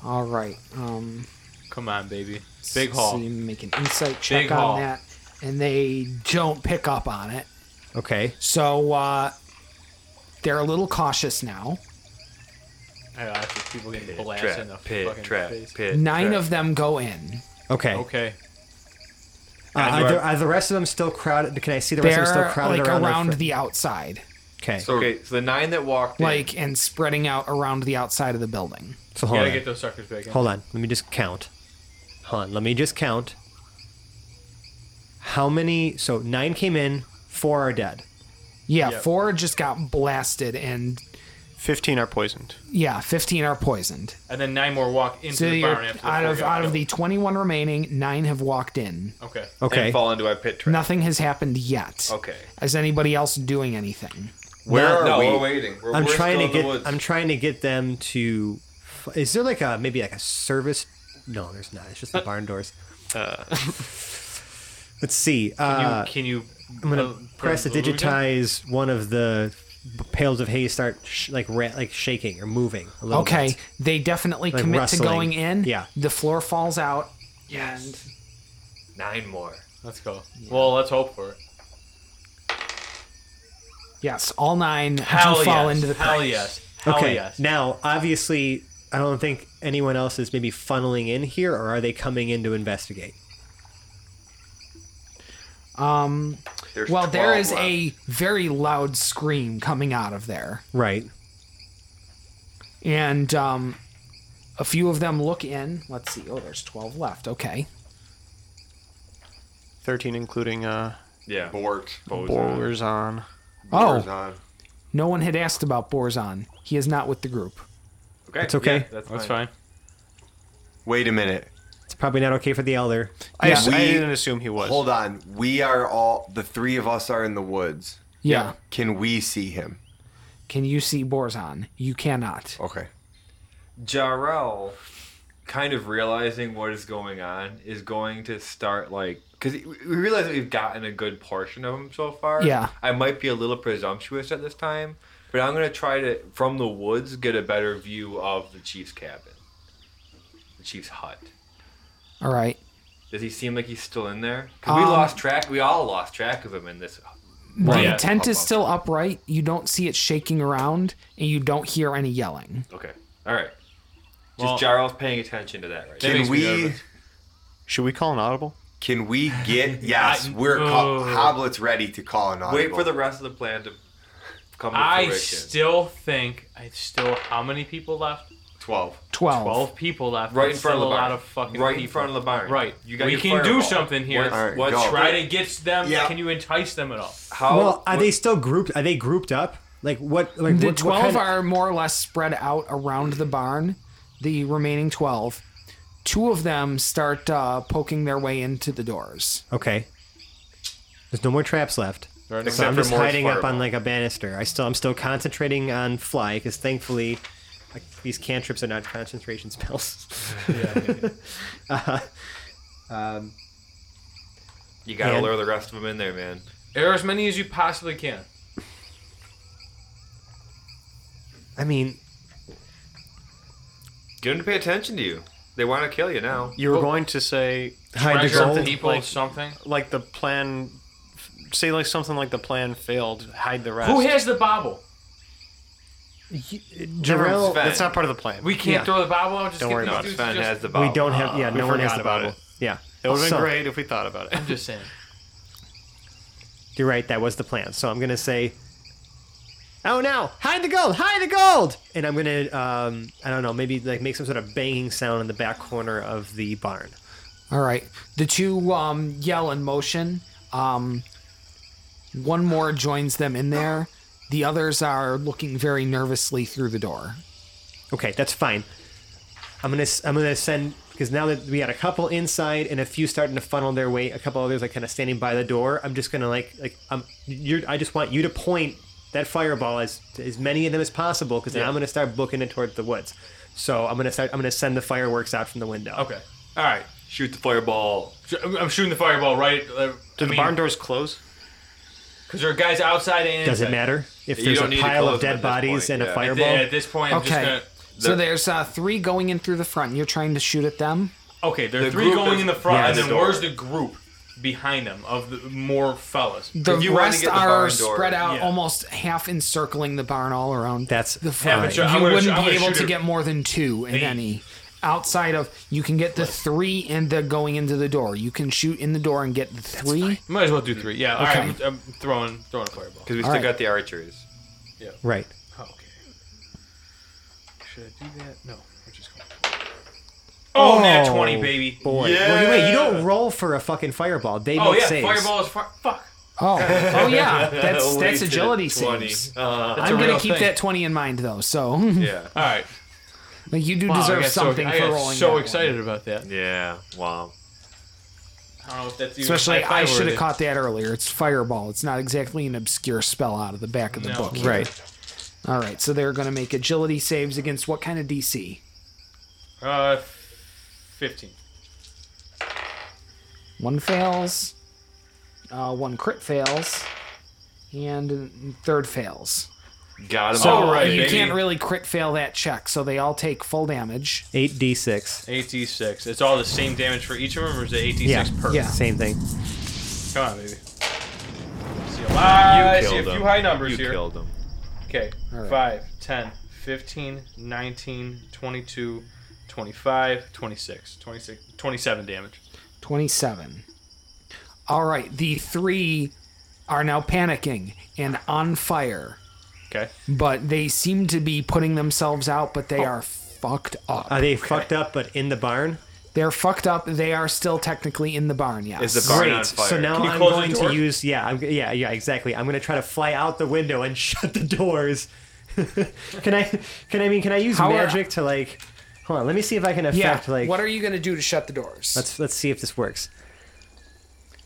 Speaker 1: All right, um,
Speaker 4: Come on, baby. Big haul.
Speaker 1: So you make an insight check
Speaker 4: Big
Speaker 1: on
Speaker 4: haul.
Speaker 1: that, and they don't pick up on it.
Speaker 2: okay,
Speaker 1: So uh, they're a little cautious now.
Speaker 4: I know, I think people getting
Speaker 5: Trap,
Speaker 4: blasted in the
Speaker 5: pit,
Speaker 4: fucking
Speaker 5: trap,
Speaker 4: face.
Speaker 5: pit,
Speaker 1: Nine
Speaker 5: trap.
Speaker 1: of them go in.
Speaker 2: okay.
Speaker 4: Okay.
Speaker 2: Uh, are, there- are the rest of them still crowded? Can I see the rest
Speaker 1: They're
Speaker 2: of them still crowded
Speaker 1: like
Speaker 2: around,
Speaker 1: around,
Speaker 2: their fr-
Speaker 1: the outside,
Speaker 2: Okay, so,
Speaker 5: So, okay, so the nine that walked in-
Speaker 1: like and spreading out around the outside of the building.
Speaker 4: You
Speaker 2: hold
Speaker 4: gotta
Speaker 2: on,
Speaker 4: get those suckers back in.
Speaker 2: hold on. Let me just count. Hold on, let me just count. How many? So nine came in, four are dead.
Speaker 1: Yeah, four just got blasted, and
Speaker 3: 15 are poisoned.
Speaker 1: yeah, fifteen are poisoned.
Speaker 4: And then nine more walk into
Speaker 1: So
Speaker 4: the
Speaker 1: you're,
Speaker 4: barn after the
Speaker 1: out
Speaker 4: four
Speaker 1: of
Speaker 4: got
Speaker 1: out of
Speaker 4: killed.
Speaker 1: the twenty-one remaining, nine have walked in.
Speaker 4: Okay.
Speaker 5: and
Speaker 2: Okay,
Speaker 5: fall into a pit trap.
Speaker 1: Nothing has happened yet.
Speaker 5: Okay.
Speaker 1: Is anybody else doing anything?
Speaker 5: Where
Speaker 2: No, no,
Speaker 5: are we?
Speaker 2: we're
Speaker 5: are waiting. We're,
Speaker 2: I'm
Speaker 5: we're
Speaker 2: trying to
Speaker 5: still in the
Speaker 2: get.
Speaker 5: woods.
Speaker 2: I'm trying to get them to. f- Is there like a maybe like a service? No, there's not. It's just
Speaker 1: Uh,
Speaker 2: the barn doors. Let's see. Uh,
Speaker 4: can you?
Speaker 2: I'm gonna press the digitize one of the pails of hay. Start sh- like ra- like shaking or moving a little.
Speaker 1: Okay,
Speaker 2: bit.
Speaker 1: they definitely
Speaker 2: Like
Speaker 1: commit
Speaker 2: rustling.
Speaker 1: to going in.
Speaker 2: Yeah.
Speaker 1: The floor falls out. Yes.
Speaker 5: Nine more.
Speaker 4: Let's go. Well, let's hope for it.
Speaker 1: Yes, all nine do
Speaker 4: Hell yes.
Speaker 1: fall into the
Speaker 4: Hell
Speaker 1: cracks.
Speaker 4: yes. Hell
Speaker 2: okay.
Speaker 4: yes.
Speaker 2: Now, obviously, I don't think anyone else is maybe funneling in here, or are they coming in to investigate?
Speaker 5: There's
Speaker 1: Well, there
Speaker 5: 12
Speaker 1: is
Speaker 5: left.
Speaker 1: a very loud scream coming out of there,
Speaker 2: Right.
Speaker 1: and um, a few of them look in. Let's see. Oh, there's twelve left. Okay.
Speaker 3: 13 including uh,
Speaker 5: yeah. Bort.
Speaker 3: borers on.
Speaker 1: Oh,
Speaker 6: Warzone.
Speaker 1: no one had asked about Borzon. He is not with the group.
Speaker 5: Okay.
Speaker 2: It's okay.
Speaker 5: yeah, that's,
Speaker 4: That's
Speaker 5: fine.
Speaker 4: fine.
Speaker 6: Wait a minute.
Speaker 2: It's probably not okay for the elder.
Speaker 3: I, ass- I
Speaker 6: We-
Speaker 3: didn't assume he was.
Speaker 6: Hold on. We are all the three of us are in the woods.
Speaker 1: Yeah.
Speaker 6: Can we see him?
Speaker 1: Can you see Borzon? You cannot.
Speaker 6: Okay.
Speaker 5: Jarrell, kind of realizing what is going on, is going to start like because we realize that we've gotten a good portion of him so far.
Speaker 1: Yeah.
Speaker 5: I might be a little presumptuous at this time, but I'm gonna try to from the woods get a better view of the chief's cabin, the chief's hut.
Speaker 1: All right.
Speaker 5: Does he seem like he's still in there? 'Cause we
Speaker 1: Um,
Speaker 5: lost track. We all lost track of him in this.
Speaker 1: The
Speaker 4: Yeah.
Speaker 1: tent is
Speaker 5: Up, up.
Speaker 1: still upright. You don't see it shaking around, and you don't hear any yelling.
Speaker 5: Okay. All right.
Speaker 4: Well-
Speaker 5: Just Jarrell's paying attention to that right now.
Speaker 6: Can
Speaker 4: makes me
Speaker 6: we?
Speaker 4: nervous.
Speaker 3: Should we call an audible?
Speaker 6: Can we get? Yes,
Speaker 4: I-
Speaker 6: we're call,
Speaker 4: Oh.
Speaker 6: Hoblet's ready to call an audible.
Speaker 5: Wait for the rest of the plan to come to
Speaker 4: I
Speaker 5: fruition.
Speaker 4: still think I still how many people left?
Speaker 5: Twelve.
Speaker 1: Twelve.
Speaker 4: Twelve people left.
Speaker 5: Right in
Speaker 4: That's
Speaker 5: front of
Speaker 4: still
Speaker 5: the
Speaker 4: a
Speaker 5: barn.
Speaker 4: lot of fucking
Speaker 5: Right in
Speaker 4: people.
Speaker 5: front of the barn.
Speaker 4: Right.
Speaker 5: You got
Speaker 4: we
Speaker 5: your
Speaker 4: can
Speaker 5: fireball.
Speaker 4: do something here.
Speaker 5: What's-
Speaker 6: Alright,
Speaker 4: Let's
Speaker 6: go.
Speaker 4: try to get them.
Speaker 6: Yeah.
Speaker 4: Can you entice them at all?
Speaker 5: How?
Speaker 2: well, are
Speaker 5: Oh, what-
Speaker 2: they still grouped? Are they grouped up? Like what? Like
Speaker 1: The
Speaker 2: what, what
Speaker 1: twelve
Speaker 2: kind of-
Speaker 1: are more or less spread out around the barn. The remaining twelve, two of them start uh, poking their way into the doors.
Speaker 2: Okay. There's no more traps left.
Speaker 5: There are no-
Speaker 2: so
Speaker 5: Except
Speaker 2: I'm
Speaker 5: for
Speaker 2: just
Speaker 5: Morris
Speaker 2: hiding up on
Speaker 5: Fireball.
Speaker 2: like a banister. I still I'm still concentrating on fly because thankfully, like, these cantrips are not concentration spells. Uh,
Speaker 5: you gotta
Speaker 2: and-
Speaker 5: lure the rest of them in there, man.
Speaker 4: Air as many as you possibly can.
Speaker 2: I mean,
Speaker 5: Get them to pay attention to you. They want to kill you now.
Speaker 3: You were going to say
Speaker 2: hide the
Speaker 4: Treasure,
Speaker 2: gold.
Speaker 4: people,
Speaker 3: Like-
Speaker 4: something.
Speaker 3: like the plan, say like something like the plan failed. Hide the rest.
Speaker 4: Who has the bobble?
Speaker 2: Jarrell,
Speaker 5: Sven.
Speaker 3: That's not part of the plan.
Speaker 4: We can't
Speaker 2: Yeah.
Speaker 4: throw the bobble out. Just
Speaker 3: Don't
Speaker 4: get
Speaker 3: worry
Speaker 4: these
Speaker 3: about it.
Speaker 4: dudes to
Speaker 5: Sven
Speaker 4: just-
Speaker 5: has the
Speaker 2: we
Speaker 5: bomb.
Speaker 2: don't have. Yeah,
Speaker 3: we
Speaker 2: no one has
Speaker 3: forgot
Speaker 2: the
Speaker 3: about
Speaker 2: bobble.
Speaker 3: it.
Speaker 2: Yeah,
Speaker 3: It would have
Speaker 2: So,
Speaker 3: been great if we thought about it.
Speaker 4: I'm just saying.
Speaker 2: You're right. That was the plan. So I'm gonna say. Oh no! Hide the gold! Hide the gold! And I'm gonna, um, I don't know, maybe like make some sort of banging sound in the back corner of the barn.
Speaker 1: All right. The two um, yell in motion. Um, one more joins them in there. The others are looking very nervously through the door.
Speaker 2: Okay, that's fine. I'm gonna s- I'm gonna send because now that we had a couple inside and a few starting to funnel their way, a couple others like kind of standing by the door. I'm just gonna like like um, you're. I just want you to point that fireball as to as many of them as possible because then I'm gonna start booking it towards the woods. So I'm gonna start. I'm gonna send the fireworks out from the window.
Speaker 4: Okay. All right.
Speaker 5: Shoot the fireball.
Speaker 4: Sh- I'm I'm shooting the fireball right. Uh,
Speaker 3: Do the barn doors close?
Speaker 4: Because there are guys outside and
Speaker 2: Does it
Speaker 4: inside.
Speaker 2: matter if
Speaker 5: You
Speaker 2: there's a
Speaker 5: don't need to
Speaker 2: pile of
Speaker 5: close them
Speaker 2: dead
Speaker 5: at this
Speaker 2: bodies
Speaker 5: point,
Speaker 2: and
Speaker 5: yeah.
Speaker 2: a
Speaker 5: At
Speaker 4: At,
Speaker 2: fireball?
Speaker 4: thi- at this point, I'm
Speaker 1: Okay.
Speaker 4: just
Speaker 1: so there's uh, three going in through the front. and You're trying to shoot at them.
Speaker 4: gonna. Okay, there are
Speaker 5: The
Speaker 4: three
Speaker 5: group
Speaker 4: going
Speaker 5: is
Speaker 4: in the front,
Speaker 2: behind
Speaker 4: and
Speaker 5: the
Speaker 4: then
Speaker 5: door.
Speaker 4: where's the group behind them of the more fellas?
Speaker 1: The
Speaker 5: If you wanna
Speaker 1: rest
Speaker 5: get the
Speaker 1: are
Speaker 5: barn door,
Speaker 1: spread out,
Speaker 4: yeah.
Speaker 1: almost half encircling the barn all around.
Speaker 2: That's
Speaker 1: the
Speaker 4: Half
Speaker 1: front.
Speaker 4: a-
Speaker 1: you
Speaker 4: I'm gonna-
Speaker 1: wouldn't
Speaker 4: I'm
Speaker 1: be
Speaker 4: gonna
Speaker 1: able
Speaker 4: shoot
Speaker 1: to
Speaker 4: it.
Speaker 1: get more than two in
Speaker 4: Eight.
Speaker 1: any. Outside of you can get the three and the going into the door. You can shoot in the door and get the three.
Speaker 4: Might as well do three. Yeah. All
Speaker 1: Okay.
Speaker 4: right. I'm, I'm throwing throwing a fireball.
Speaker 5: Because we
Speaker 1: All
Speaker 5: still
Speaker 1: right.
Speaker 5: got the archers.
Speaker 2: Right.
Speaker 4: Oh, okay. Should I do that? No. I'm just going. Oh, nat twenty, baby.
Speaker 2: Boy.
Speaker 5: Yeah.
Speaker 2: Wait, wait, you don't roll for a fucking fireball. They
Speaker 4: Oh
Speaker 2: make
Speaker 4: yeah,
Speaker 2: saves.
Speaker 4: fireball is fire. Fuck.
Speaker 1: Oh, oh yeah, that's that's
Speaker 5: Wasted
Speaker 1: agility
Speaker 5: 20.
Speaker 1: saves.
Speaker 5: Uh,
Speaker 4: That's
Speaker 1: I'm
Speaker 4: a
Speaker 1: gonna
Speaker 4: real
Speaker 1: keep
Speaker 4: thing.
Speaker 1: that twenty in mind though. So
Speaker 5: yeah.
Speaker 4: All right.
Speaker 1: like you do
Speaker 4: Wow, I
Speaker 1: deserve
Speaker 4: got so-
Speaker 1: something
Speaker 4: I
Speaker 1: for
Speaker 4: got
Speaker 1: rolling. that
Speaker 4: So
Speaker 1: one.
Speaker 4: excited about that.
Speaker 5: Yeah. Wow.
Speaker 4: I don't know if that's even
Speaker 1: Especially, I
Speaker 4: high five
Speaker 1: should
Speaker 4: worthy.
Speaker 1: have caught that earlier. It's fireball. It's not exactly an obscure spell out of the back of the
Speaker 4: No.
Speaker 1: book. here.
Speaker 2: Right.
Speaker 1: All right. So they're going to make agility saves against what kind of DC?
Speaker 4: Uh, fifteen.
Speaker 1: One fails. Uh, one crit fails, and third fails.
Speaker 5: Got him.
Speaker 4: So-
Speaker 5: all.
Speaker 4: right,
Speaker 1: you
Speaker 4: baby.
Speaker 1: can't really crit fail that check, so they all take full damage.
Speaker 2: 8d6.
Speaker 4: 86. It's all the same damage for each of them, or is it 86
Speaker 2: Yeah.
Speaker 4: per?
Speaker 1: Yeah.
Speaker 2: Same thing.
Speaker 4: Come on, baby. See a lot. I see a
Speaker 5: killed
Speaker 4: few
Speaker 5: him.
Speaker 4: high numbers
Speaker 5: You
Speaker 4: here.
Speaker 5: killed him.
Speaker 4: Okay.
Speaker 1: All right.
Speaker 4: 5, 10, 15, 19, 22, 25, 26, 26, 27 damage.
Speaker 1: 27. All right, the three are now panicking and on fire,
Speaker 4: Okay.
Speaker 1: but they seem to be putting themselves out, but
Speaker 5: Oh.
Speaker 1: they are fucked
Speaker 5: Uh,
Speaker 1: up.
Speaker 2: Are Uh, they fucked up but in the barn?
Speaker 1: They're fucked up. They are still technically in the barn, yes.
Speaker 5: Is the barn
Speaker 2: Great.
Speaker 5: on fire?
Speaker 2: So now
Speaker 4: Can you
Speaker 2: I'm
Speaker 4: close the
Speaker 2: going
Speaker 4: door?
Speaker 2: to use yeah, I'm, yeah, yeah, exactly. I'm going to try to fly out the window and shut the doors. can I can I mean can I use
Speaker 1: How are-
Speaker 2: magic to like Hold on, let me see if I can
Speaker 1: yeah.
Speaker 2: affect like
Speaker 1: what are you going to do to shut the doors?
Speaker 2: Let's let's see if this works.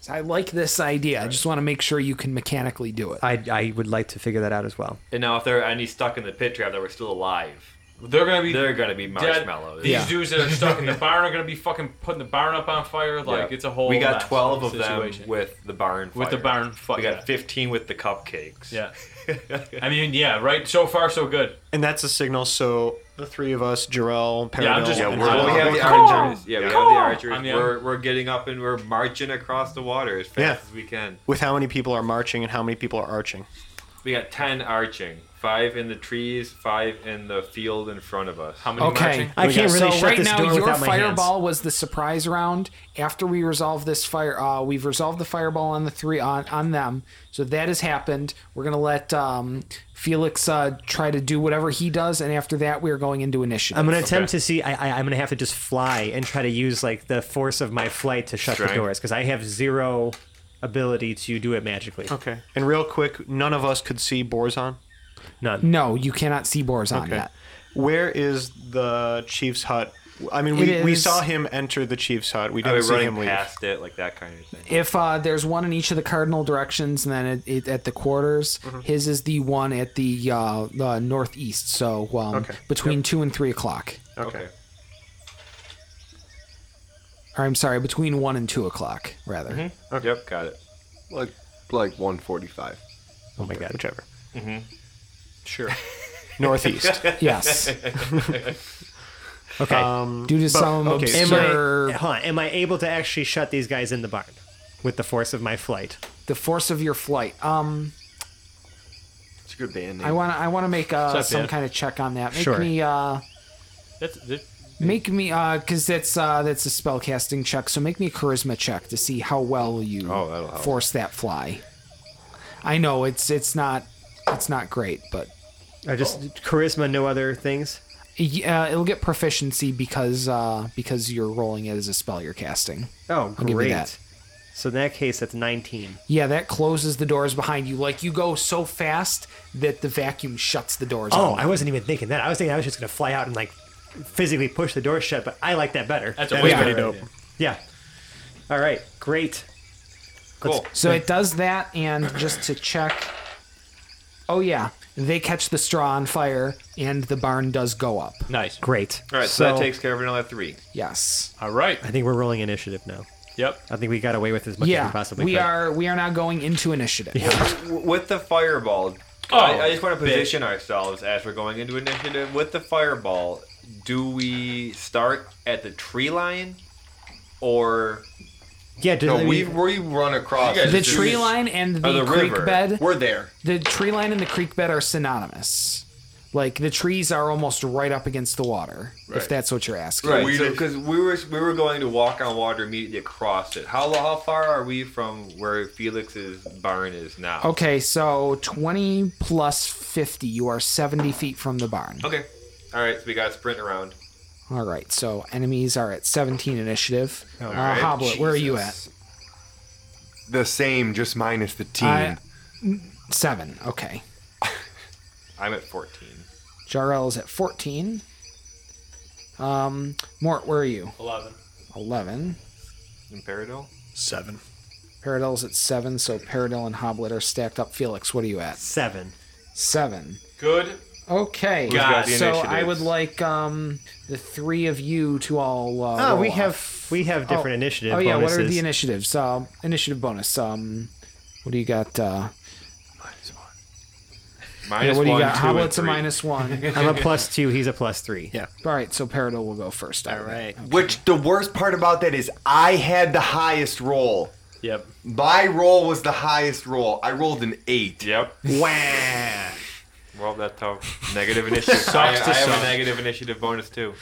Speaker 1: I like this idea. I just want to make sure you can mechanically do it.
Speaker 2: I I would like to figure that out as well.
Speaker 5: And now if there are any stuck in the pit trap that were still alive,
Speaker 4: They're going to be
Speaker 5: they're gonna be
Speaker 4: dead.
Speaker 5: marshmallows.
Speaker 4: These
Speaker 1: Yeah.
Speaker 4: dudes that are stuck in the barn are going to be fucking putting the barn up on fire. Like,
Speaker 5: Yeah.
Speaker 4: it's a whole
Speaker 5: We got
Speaker 4: mess
Speaker 5: twelve of
Speaker 4: situation.
Speaker 5: them with the barn. Fire.
Speaker 4: With the barn fire.
Speaker 5: We got fifteen with the cupcakes.
Speaker 4: Yeah. I mean, yeah, right? So far, so good.
Speaker 3: And that's a signal. So the three of us, Jarrell, Peridot,
Speaker 4: Yeah, I'm just-
Speaker 5: Yeah,
Speaker 3: and
Speaker 5: we're,
Speaker 4: Well,
Speaker 3: Hal-
Speaker 5: we have the
Speaker 4: Cool.
Speaker 5: archers. Yeah, we have the
Speaker 4: I'm
Speaker 5: archers.
Speaker 4: the-
Speaker 5: We're, we're getting up and we're marching across the water as fast
Speaker 3: Yeah.
Speaker 5: as we can.
Speaker 3: with how many people are marching and how many people are arching.
Speaker 5: We got ten arching, five in the trees, five in the field in front of us.
Speaker 4: How many
Speaker 1: Okay.
Speaker 4: marching?
Speaker 2: I can't really
Speaker 1: so
Speaker 2: shut
Speaker 1: right
Speaker 2: this
Speaker 1: now,
Speaker 2: door
Speaker 1: your
Speaker 2: without my hands.
Speaker 1: fireball was the surprise round. After we resolve this fire, uh, we've resolved the fireball on the three on on them. So that has happened. We're gonna let um, Felix uh, try to do whatever he does, and after that, we are going into initiative.
Speaker 2: I'm gonna attempt to see. I, I, I'm gonna have to just fly and try to use like the force of my flight to shut
Speaker 5: Strength.
Speaker 2: the doors because I have zero ability to do it magically.
Speaker 3: Okay. And real quick, none of us could see Borzon.
Speaker 2: None.
Speaker 1: No, you cannot see Boars on that.
Speaker 3: Where is the chief's hut? I mean, we,
Speaker 1: It
Speaker 3: we
Speaker 1: is-
Speaker 3: saw him enter the chief's hut. We
Speaker 5: Are
Speaker 3: didn't
Speaker 5: we
Speaker 3: see
Speaker 5: running
Speaker 3: him leave.
Speaker 5: past it like that kind of thing?
Speaker 1: If uh, there's one in each of the cardinal directions, and then it, it, at the quarters, his is the one at the uh, the northeast. So um,
Speaker 3: Okay.
Speaker 1: between two and three o'clock.
Speaker 3: Okay.
Speaker 1: Or I'm sorry, between one and two o'clock, rather.
Speaker 5: Yep, got it.
Speaker 6: Like like 145.
Speaker 2: Oh my god.
Speaker 3: Whichever.
Speaker 5: Mm-hmm.
Speaker 4: Sure.
Speaker 3: Northeast.
Speaker 1: Yes.
Speaker 2: Okay.
Speaker 3: Um,
Speaker 1: Due to
Speaker 3: but-
Speaker 1: some
Speaker 3: okay,
Speaker 2: am
Speaker 1: obscure-
Speaker 3: so
Speaker 2: I?
Speaker 1: sir.
Speaker 2: Huh, am I able to actually shut these guys in the barn with the force of my flight?
Speaker 1: the force of your flight. Um,
Speaker 6: It's a good band name.
Speaker 1: I want to. I want to make uh,
Speaker 4: What's up,
Speaker 1: some
Speaker 4: man?
Speaker 1: kind of check on that. Make
Speaker 2: Sure.
Speaker 1: me. Uh,
Speaker 4: That's, that,
Speaker 1: make me. Uh, because that's uh, that's a spellcasting check. So make me a charisma check to see how well you
Speaker 6: Oh, that'll help.
Speaker 1: force that fly. I know it's it's not it's not great, but
Speaker 2: I just Oh. charisma, no other things.
Speaker 1: y- uh, it'll get proficiency because uh, because you're rolling it as a spell you're casting.
Speaker 2: Oh,
Speaker 1: I'll give you
Speaker 2: great.
Speaker 1: that.
Speaker 2: So in that case, that's 19.
Speaker 1: Yeah, that closes the doors behind you. Like you go so fast that the vacuum shuts the doors.
Speaker 2: Oh,
Speaker 1: on.
Speaker 2: I wasn't even thinking that. I was thinking I was just gonna fly out and like physically push the door shut, but I like that better.
Speaker 4: That's a
Speaker 3: That
Speaker 4: way
Speaker 3: is
Speaker 1: Yeah.
Speaker 3: pretty
Speaker 4: better
Speaker 3: dope.
Speaker 4: idea.
Speaker 2: yeah. All right, great.
Speaker 5: Cool.
Speaker 1: So it does that, and just to check. Oh, yeah. They catch the straw on fire, and the barn does go up.
Speaker 4: Nice.
Speaker 2: Great.
Speaker 5: All right, so, that
Speaker 1: So-
Speaker 5: takes care of another three.
Speaker 1: Yes.
Speaker 4: All right.
Speaker 2: I think we're rolling initiative now.
Speaker 4: Yep.
Speaker 2: I think we got away with as much as
Speaker 1: Yeah.
Speaker 2: we possibly
Speaker 1: We
Speaker 2: could.
Speaker 1: are we are now going into initiative.
Speaker 5: W- With the fireball,
Speaker 4: Oh,
Speaker 5: I, I just want to position ourselves as we're going into initiative. With the fireball, do we start at the tree line, or
Speaker 2: Yeah, did
Speaker 5: no?
Speaker 2: we,
Speaker 5: We we run across
Speaker 4: You guys
Speaker 1: The
Speaker 4: Just
Speaker 1: tree
Speaker 4: use-
Speaker 1: line and the,
Speaker 5: or the
Speaker 1: creek
Speaker 5: river.
Speaker 1: bed.
Speaker 5: We're there.
Speaker 1: The tree line and the creek bed are synonymous. Like the trees are almost right up against the water, if
Speaker 5: Right.
Speaker 1: that's what you're asking.
Speaker 5: Right,
Speaker 6: we did-
Speaker 5: because we were we were going to walk on water immediately across it. How lo- how far are we from where Felix's barn is now?
Speaker 1: Okay, so 20 plus 50, you are 70 feet from the barn.
Speaker 5: Okay. All right, so we got to sprint around.
Speaker 1: All right, so enemies are at 17 initiative. uh,
Speaker 5: right,
Speaker 1: Hoblet, where are you at?
Speaker 6: The same, just minus the team.
Speaker 1: I- Seven. Okay.
Speaker 5: I'm at 14.
Speaker 1: Jarl is at 14. Um, Mort, where are you?
Speaker 4: Eleven.
Speaker 1: 11.
Speaker 5: Imperador?
Speaker 4: Seven.
Speaker 1: Paradil's at 7, so Paradil and Hoblet are stacked up. Felix, what are you at?
Speaker 2: seven?
Speaker 1: 7.
Speaker 4: Good.
Speaker 1: Okay.
Speaker 5: got the
Speaker 1: so I
Speaker 5: initiatives?
Speaker 1: would like um the three of you to all. Uh,
Speaker 2: Oh, we
Speaker 1: roll
Speaker 2: have
Speaker 1: off.
Speaker 2: we have different initiative.
Speaker 1: Oh yeah,
Speaker 2: bonuses.
Speaker 1: what are the initiatives? Um, initiative bonus. Um, what do you got? Uh, yeah,
Speaker 5: Minus
Speaker 1: what do you
Speaker 5: one,
Speaker 1: got?
Speaker 5: two,
Speaker 1: How
Speaker 5: and
Speaker 1: about a
Speaker 5: three.
Speaker 1: minus one?
Speaker 2: I'm a plus two. He's a plus three.
Speaker 4: Yeah.
Speaker 1: All right, so Paradil will go first. All right.
Speaker 6: Which the worst part about that is I had the highest roll.
Speaker 4: Yep.
Speaker 6: My roll was the highest roll. I rolled an eight.
Speaker 5: Yep.
Speaker 2: Wah.
Speaker 5: Well, that's tough. Negative initiative. I,
Speaker 4: Sucks to
Speaker 5: I have
Speaker 4: suck.
Speaker 5: a negative initiative bonus too.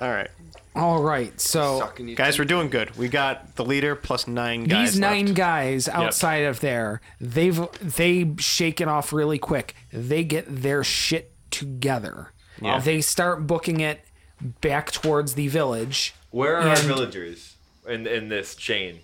Speaker 3: All right,
Speaker 1: All right, so
Speaker 6: Sucking you.
Speaker 3: guys, we're doing good. We got the leader plus nine guys.
Speaker 1: these nine
Speaker 3: left.
Speaker 1: guys outside of there, they've they shake it off really quick. They get their shit together. They start booking it back towards the village.
Speaker 5: Where are our
Speaker 1: And-
Speaker 5: villagers in in this chain?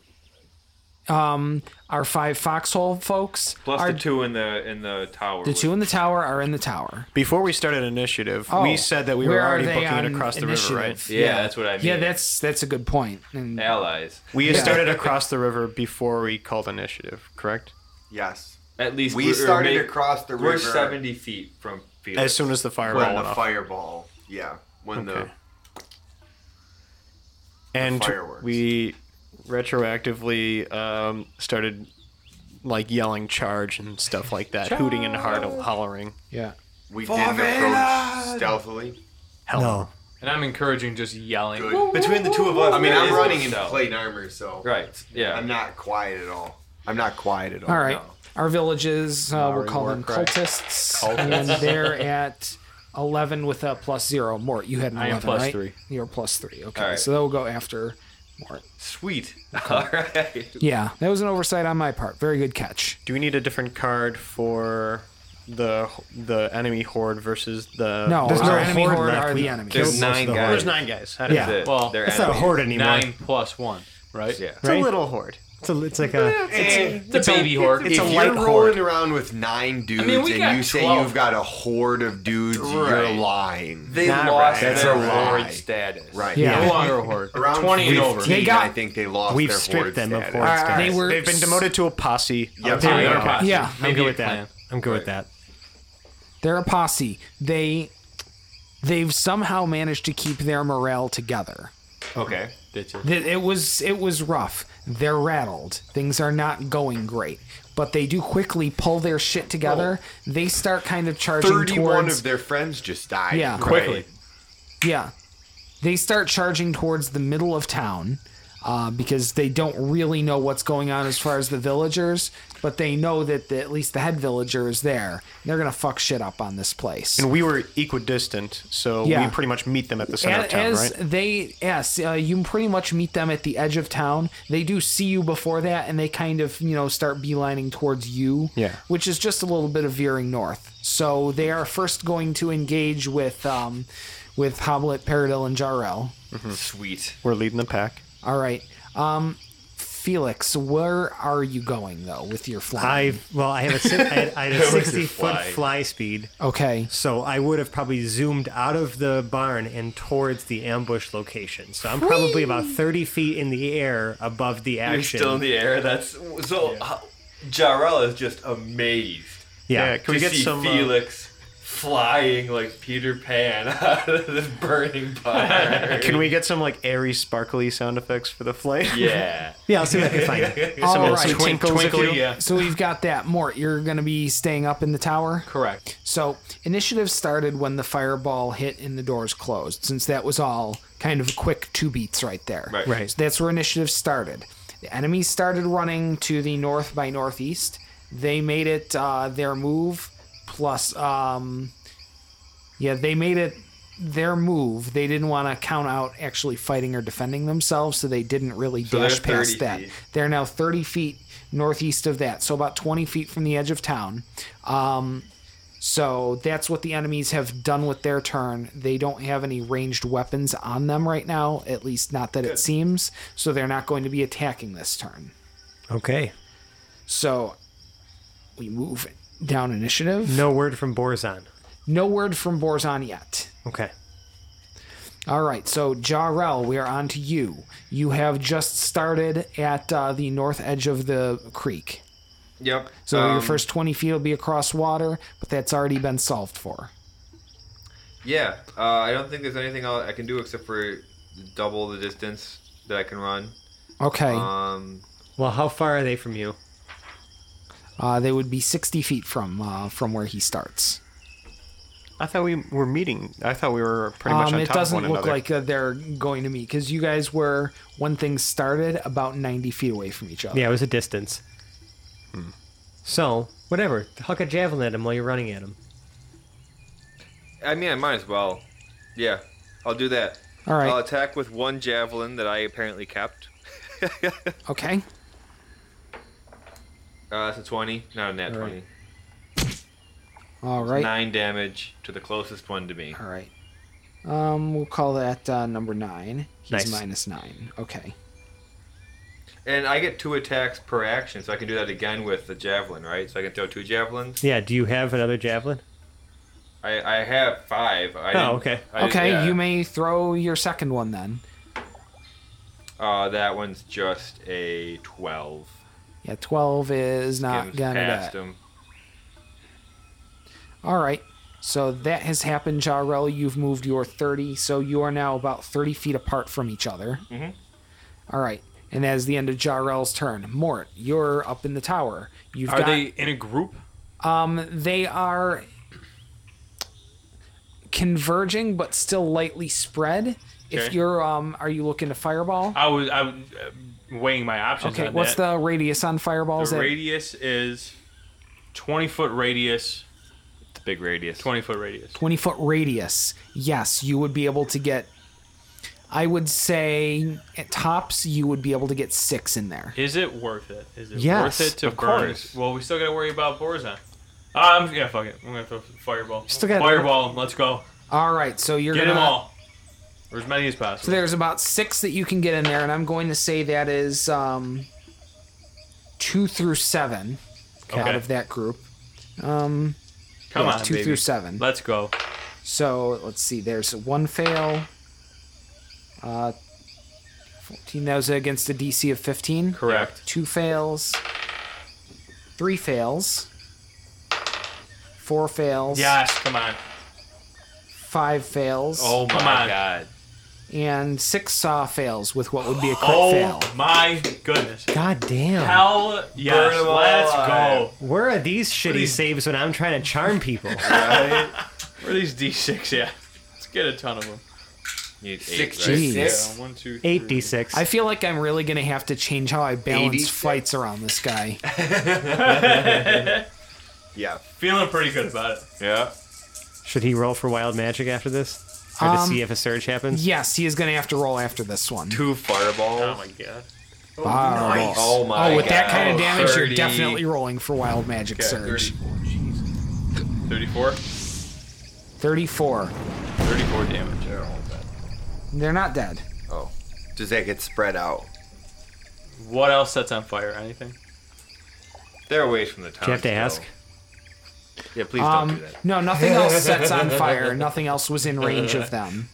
Speaker 1: Our five foxhole folks,
Speaker 5: Plus
Speaker 1: are,
Speaker 5: the two in the in the tower.
Speaker 1: the two in the tower, are in the tower.
Speaker 3: Before we started initiative,
Speaker 1: Oh,
Speaker 3: we said that we were
Speaker 1: where are
Speaker 3: already
Speaker 1: they
Speaker 3: booking it
Speaker 1: on
Speaker 3: across the river, right?
Speaker 1: initiative?
Speaker 5: Yeah, that's what I mean.
Speaker 1: Yeah, that's that's a good point. And
Speaker 5: allies.
Speaker 3: We started across the river before we called initiative, correct?
Speaker 6: Yes.
Speaker 5: At least
Speaker 6: We
Speaker 5: we're-
Speaker 6: started
Speaker 5: we're
Speaker 6: across the
Speaker 5: We're
Speaker 6: river.
Speaker 5: 70 feet from Felix.
Speaker 3: As soon as the fireball
Speaker 6: When
Speaker 3: went
Speaker 6: the
Speaker 3: off.
Speaker 6: fireball. Yeah. When
Speaker 3: Okay. and
Speaker 6: fireworks.
Speaker 3: we retroactively um, started like yelling charge and stuff like that, hooting and hard- hollering.
Speaker 1: yeah.
Speaker 6: the we didn't approach stealthily.
Speaker 3: Hell
Speaker 2: No.
Speaker 4: And I'm encouraging just yelling.
Speaker 6: Good.
Speaker 5: Between the two of us,
Speaker 6: I mean,
Speaker 5: there
Speaker 6: I'm
Speaker 5: is no
Speaker 6: running in
Speaker 5: stealth.
Speaker 6: plate armor, so
Speaker 5: Right. Yeah.
Speaker 6: I'm not quiet at all. I'm not quiet at all.
Speaker 1: All right.
Speaker 6: no.
Speaker 1: Our villages, uh, we'll
Speaker 6: Maori
Speaker 1: call them
Speaker 6: Warcry.
Speaker 1: cultists, and they're at eleven with a plus zero. Mort, you had an
Speaker 4: I am
Speaker 1: eleven,
Speaker 4: plus
Speaker 1: right?
Speaker 4: three.
Speaker 1: You're plus three. Okay,
Speaker 5: All right.
Speaker 1: so they'll go after Mort.
Speaker 5: Sweet. All right.
Speaker 1: Yeah, that was an oversight on my part. Very good catch.
Speaker 3: Do we need a different card for the the enemy horde versus the
Speaker 1: No,
Speaker 2: There's
Speaker 1: our
Speaker 2: no
Speaker 1: enemy
Speaker 2: horde
Speaker 1: horde
Speaker 2: left.
Speaker 1: are
Speaker 2: We
Speaker 1: the enemies.
Speaker 2: most
Speaker 5: There's nine
Speaker 2: of the
Speaker 5: guys.
Speaker 3: There's nine guys. How did
Speaker 1: Yeah.
Speaker 3: it?
Speaker 4: Well,
Speaker 5: They're
Speaker 2: It's not a
Speaker 5: enemies.
Speaker 2: horde anymore.
Speaker 4: Nine plus one, right?
Speaker 5: Yeah.
Speaker 3: It's a little horde.
Speaker 2: It's, a, it's like a.
Speaker 4: It's a baby horde.
Speaker 6: If
Speaker 3: a
Speaker 6: you're
Speaker 3: light
Speaker 6: rolling
Speaker 3: horde.
Speaker 6: around with nine dudes
Speaker 4: mean, we got
Speaker 6: and you say
Speaker 4: 12.
Speaker 6: you've got a horde of dudes,
Speaker 5: Right.
Speaker 6: you're lying.
Speaker 5: They
Speaker 3: Not
Speaker 5: lost
Speaker 3: right.
Speaker 6: That's
Speaker 5: their
Speaker 6: a lie.
Speaker 5: horde status.
Speaker 6: right.
Speaker 1: Yeah.
Speaker 4: No longer a horde.
Speaker 6: Around
Speaker 4: 20 and
Speaker 6: 15,
Speaker 4: over.
Speaker 1: They got-
Speaker 6: I think they lost
Speaker 2: We've
Speaker 6: their
Speaker 2: stripped
Speaker 6: horde
Speaker 2: them of
Speaker 6: status.
Speaker 2: horde
Speaker 1: Uh,
Speaker 2: status.
Speaker 1: they were.
Speaker 3: They've been demoted to a posse.
Speaker 6: Yep.
Speaker 2: There we
Speaker 4: Yeah.
Speaker 2: go.
Speaker 4: Yeah.
Speaker 1: Yeah,
Speaker 2: I'm
Speaker 4: Maybe
Speaker 2: good
Speaker 4: a
Speaker 2: with
Speaker 4: clan.
Speaker 2: that. I'm good with that.
Speaker 1: they're a posse. They, they've somehow managed to keep their morale together.
Speaker 5: Okay.
Speaker 4: Bitches.
Speaker 1: Th- It was it was rough. They're rattled. Things are not going great, but they do quickly pull their shit together. They start kind of charging
Speaker 6: 31
Speaker 1: towards
Speaker 6: of their friends just died.
Speaker 1: Yeah.
Speaker 4: Quickly.
Speaker 1: yeah. They start charging towards the middle of town uh, because they don't really know what's going on as far as the villagers, but they know that the, at least the head villager is there. They're gonna fuck shit up on this place.
Speaker 3: And we were equidistant, so
Speaker 1: Yeah.
Speaker 3: we pretty much meet them at the center
Speaker 1: A-
Speaker 3: of town,
Speaker 1: as
Speaker 3: right?
Speaker 1: they yes uh, you pretty much meet them at the edge of town they do see you before that and they kind of you know start beelining towards you
Speaker 3: Yeah.
Speaker 1: which is just a little bit of veering north so they are first going to engage with um with hoblet paradil and jarrell
Speaker 5: Hmm. Sweet.
Speaker 3: We're leading the pack.
Speaker 1: all right um Felix, where are you going though with your flying?
Speaker 2: I well, I have a si- I had, I had a
Speaker 5: Where's your
Speaker 2: sixty foot
Speaker 5: fly?
Speaker 2: fly speed,
Speaker 1: okay.
Speaker 2: so I would have probably zoomed out of the barn and towards the ambush location. So I'm probably about thirty feet in the air above the
Speaker 5: You're
Speaker 2: action.
Speaker 5: still in the air. That's so. how Jarrell is just amazed.
Speaker 2: yeah,
Speaker 3: Yeah, can we
Speaker 5: to
Speaker 3: get
Speaker 5: see
Speaker 3: some uh,
Speaker 5: Felix flying like Peter Pan out of this burning barn?
Speaker 3: Can we get some like airy, sparkly sound effects for the flight?
Speaker 5: Yeah.
Speaker 2: yeah. I'll see what I can find.
Speaker 1: All
Speaker 3: some
Speaker 1: right.
Speaker 3: twink-
Speaker 1: Tinkles, if
Speaker 3: twinkly,
Speaker 1: you-
Speaker 5: yeah.
Speaker 1: So we've got that. Mort, you're going to be staying up in the tower.
Speaker 3: Correct.
Speaker 1: So initiative started when the fireball hit and the doors closed, since that was all kind of quick two beats right there.
Speaker 5: Right.
Speaker 2: Right.
Speaker 1: So that's where initiative started. The enemy started running to the north by northeast. They made it uh, their move plus um, yeah, they made it their move. They didn't want to count out actually fighting or defending themselves, so they didn't really
Speaker 5: they're
Speaker 1: dash past
Speaker 5: 30
Speaker 1: that.
Speaker 5: feet.
Speaker 1: They're now 30 feet northeast of that, so about 20 feet from the edge of town. Um, so that's what the enemies have done with their turn. They don't have any ranged weapons on them right now, at least not that it seems. So they're not going to be attacking this turn.
Speaker 2: Okay.
Speaker 1: So we move down initiative.
Speaker 2: No word from Borzon.
Speaker 1: no word from Borzon yet.
Speaker 2: Okay.
Speaker 1: All right, so Jarrell, we are on to you. You have just started at uh, the north edge of the creek.
Speaker 5: Yep.
Speaker 1: So your
Speaker 5: Um,
Speaker 1: first 20 feet will be across water, but that's already been solved for.
Speaker 5: Yeah. Uh, I don't think there's anything else I can do except for double the distance that I can run.
Speaker 1: Okay,
Speaker 5: Um,
Speaker 2: Well, how far are they from you?
Speaker 1: uh, they would be 60 feet from uh, from where he starts.
Speaker 3: I thought we were meeting. I thought we were pretty much
Speaker 1: Um,
Speaker 3: on
Speaker 1: it
Speaker 3: top of
Speaker 1: doesn't
Speaker 3: one
Speaker 1: look
Speaker 3: another.
Speaker 1: like uh, they're going to meet because you guys were, when things started, about 90 feet away from each other.
Speaker 2: Yeah, it was a distance.
Speaker 4: Hmm.
Speaker 2: So whatever, huck a javelin at him while you're running at him.
Speaker 5: I mean, I might as well. Yeah, I'll do that.
Speaker 1: All right.
Speaker 5: I'll attack with one javelin that I apparently kept.
Speaker 1: Okay,
Speaker 5: Uh, that's a 20, not a net 20.
Speaker 1: all right.
Speaker 5: Nine damage to the closest one to me.
Speaker 1: All right. Um, we'll call that uh, number nine. He's
Speaker 2: Nice.
Speaker 1: minus nine. Okay.
Speaker 5: And I get two attacks per action, so I can do that again with the javelin, right? So I can throw two javelins.
Speaker 2: Yeah. Do you have another javelin?
Speaker 5: I, I have five. I didn't-
Speaker 2: Oh, okay.
Speaker 5: I didn't-
Speaker 1: okay,
Speaker 5: yeah.
Speaker 1: you may throw your second one then.
Speaker 5: Uh, that one's just a 12.
Speaker 1: Yeah, 12 is not
Speaker 5: Gives
Speaker 1: going to
Speaker 5: past
Speaker 1: do Ah, it.
Speaker 5: him.
Speaker 1: All right. So that has happened, Jarrell. You've moved your 30, so you are now about 30 feet apart from each other. Mm-hmm. right. And that is the end of Jarrell's turn. Mort, you're up in the tower. You've
Speaker 4: Are
Speaker 1: got,
Speaker 4: they in a group?
Speaker 1: Um, they are converging, but still lightly spread. If
Speaker 4: Okay.
Speaker 1: you're, um, are you looking to fireball?
Speaker 4: I was I was uh, weighing my options.
Speaker 1: Okay.
Speaker 4: on
Speaker 1: What's
Speaker 4: that.
Speaker 1: the radius on fireballs?
Speaker 4: the
Speaker 1: That-
Speaker 4: radius is twenty foot radius,
Speaker 5: It's a big radius.
Speaker 4: twenty foot radius.
Speaker 1: 20 foot radius, yes, you would be able to get. I would say at tops, you would be able to get six in there.
Speaker 4: Is it worth it? Is it
Speaker 1: Yes,
Speaker 4: worth it to
Speaker 5: of
Speaker 4: burn?
Speaker 5: course.
Speaker 4: Well, we still gotta worry about Borzon. I'm yeah, fuck it. I'm gonna throw fireball.
Speaker 1: Still gotta-
Speaker 4: fireball. Let's go.
Speaker 1: All right, so you're
Speaker 4: Get
Speaker 1: gonna.
Speaker 4: them all, or as many as
Speaker 1: So
Speaker 4: possible.
Speaker 1: there's about six that you can get in there, and I'm going to say that is um, two through seven out
Speaker 4: Okay.
Speaker 1: of that group.
Speaker 4: Come
Speaker 1: Yeah,
Speaker 4: on,
Speaker 1: two
Speaker 4: baby.
Speaker 1: through seven.
Speaker 4: Let's go.
Speaker 1: So let's see. There's one fail. Uh, 14. That was against a DC of 15.
Speaker 5: Correct.
Speaker 1: Two fails. Three fails. Four fails.
Speaker 4: Yes, come on.
Speaker 1: Five fails.
Speaker 5: Oh my
Speaker 4: Come on.
Speaker 5: god.
Speaker 1: And six uh, fails with what would be a crit
Speaker 4: Oh
Speaker 1: fail.
Speaker 4: my goodness.
Speaker 2: God damn.
Speaker 4: Hell yes,
Speaker 5: 'em all
Speaker 4: let's
Speaker 5: alive.
Speaker 4: go.
Speaker 2: Where are these shitty
Speaker 4: these-
Speaker 2: saves when I'm trying to charm people?
Speaker 4: Where are these D6 at? Let's get a ton of them.
Speaker 5: You need eight,
Speaker 1: Jeez.
Speaker 5: right?
Speaker 1: Yes.
Speaker 4: one, two, three.
Speaker 2: Eight d six.
Speaker 1: I feel like I'm really going to have to change how I balance
Speaker 6: 86.
Speaker 1: fights around this guy.
Speaker 6: Yeah.
Speaker 4: Feeling pretty good about it.
Speaker 5: Yeah.
Speaker 2: Should he roll for wild magic after this, or to
Speaker 1: Um,
Speaker 2: see if a surge happens?
Speaker 1: Yes, he is going to have to roll after this one.
Speaker 5: Two fireballs.
Speaker 4: Oh my god.
Speaker 1: Wow.
Speaker 5: Oh my
Speaker 1: Oh, with that
Speaker 5: God.
Speaker 1: kind of damage, you're
Speaker 5: 30.
Speaker 1: definitely rolling for Wild Magic
Speaker 5: Okay,
Speaker 1: Surge.
Speaker 4: 34?
Speaker 1: 34.
Speaker 5: 34 damage.
Speaker 1: They're not dead.
Speaker 6: Does that get spread out?
Speaker 4: What else sets on fire? Anything?
Speaker 5: They're away from the town.
Speaker 2: you have to
Speaker 5: still.
Speaker 2: ask?
Speaker 5: Yeah, please don't
Speaker 1: Um,
Speaker 5: do that.
Speaker 1: no, nothing else sets on fire. Nothing else was in range of them.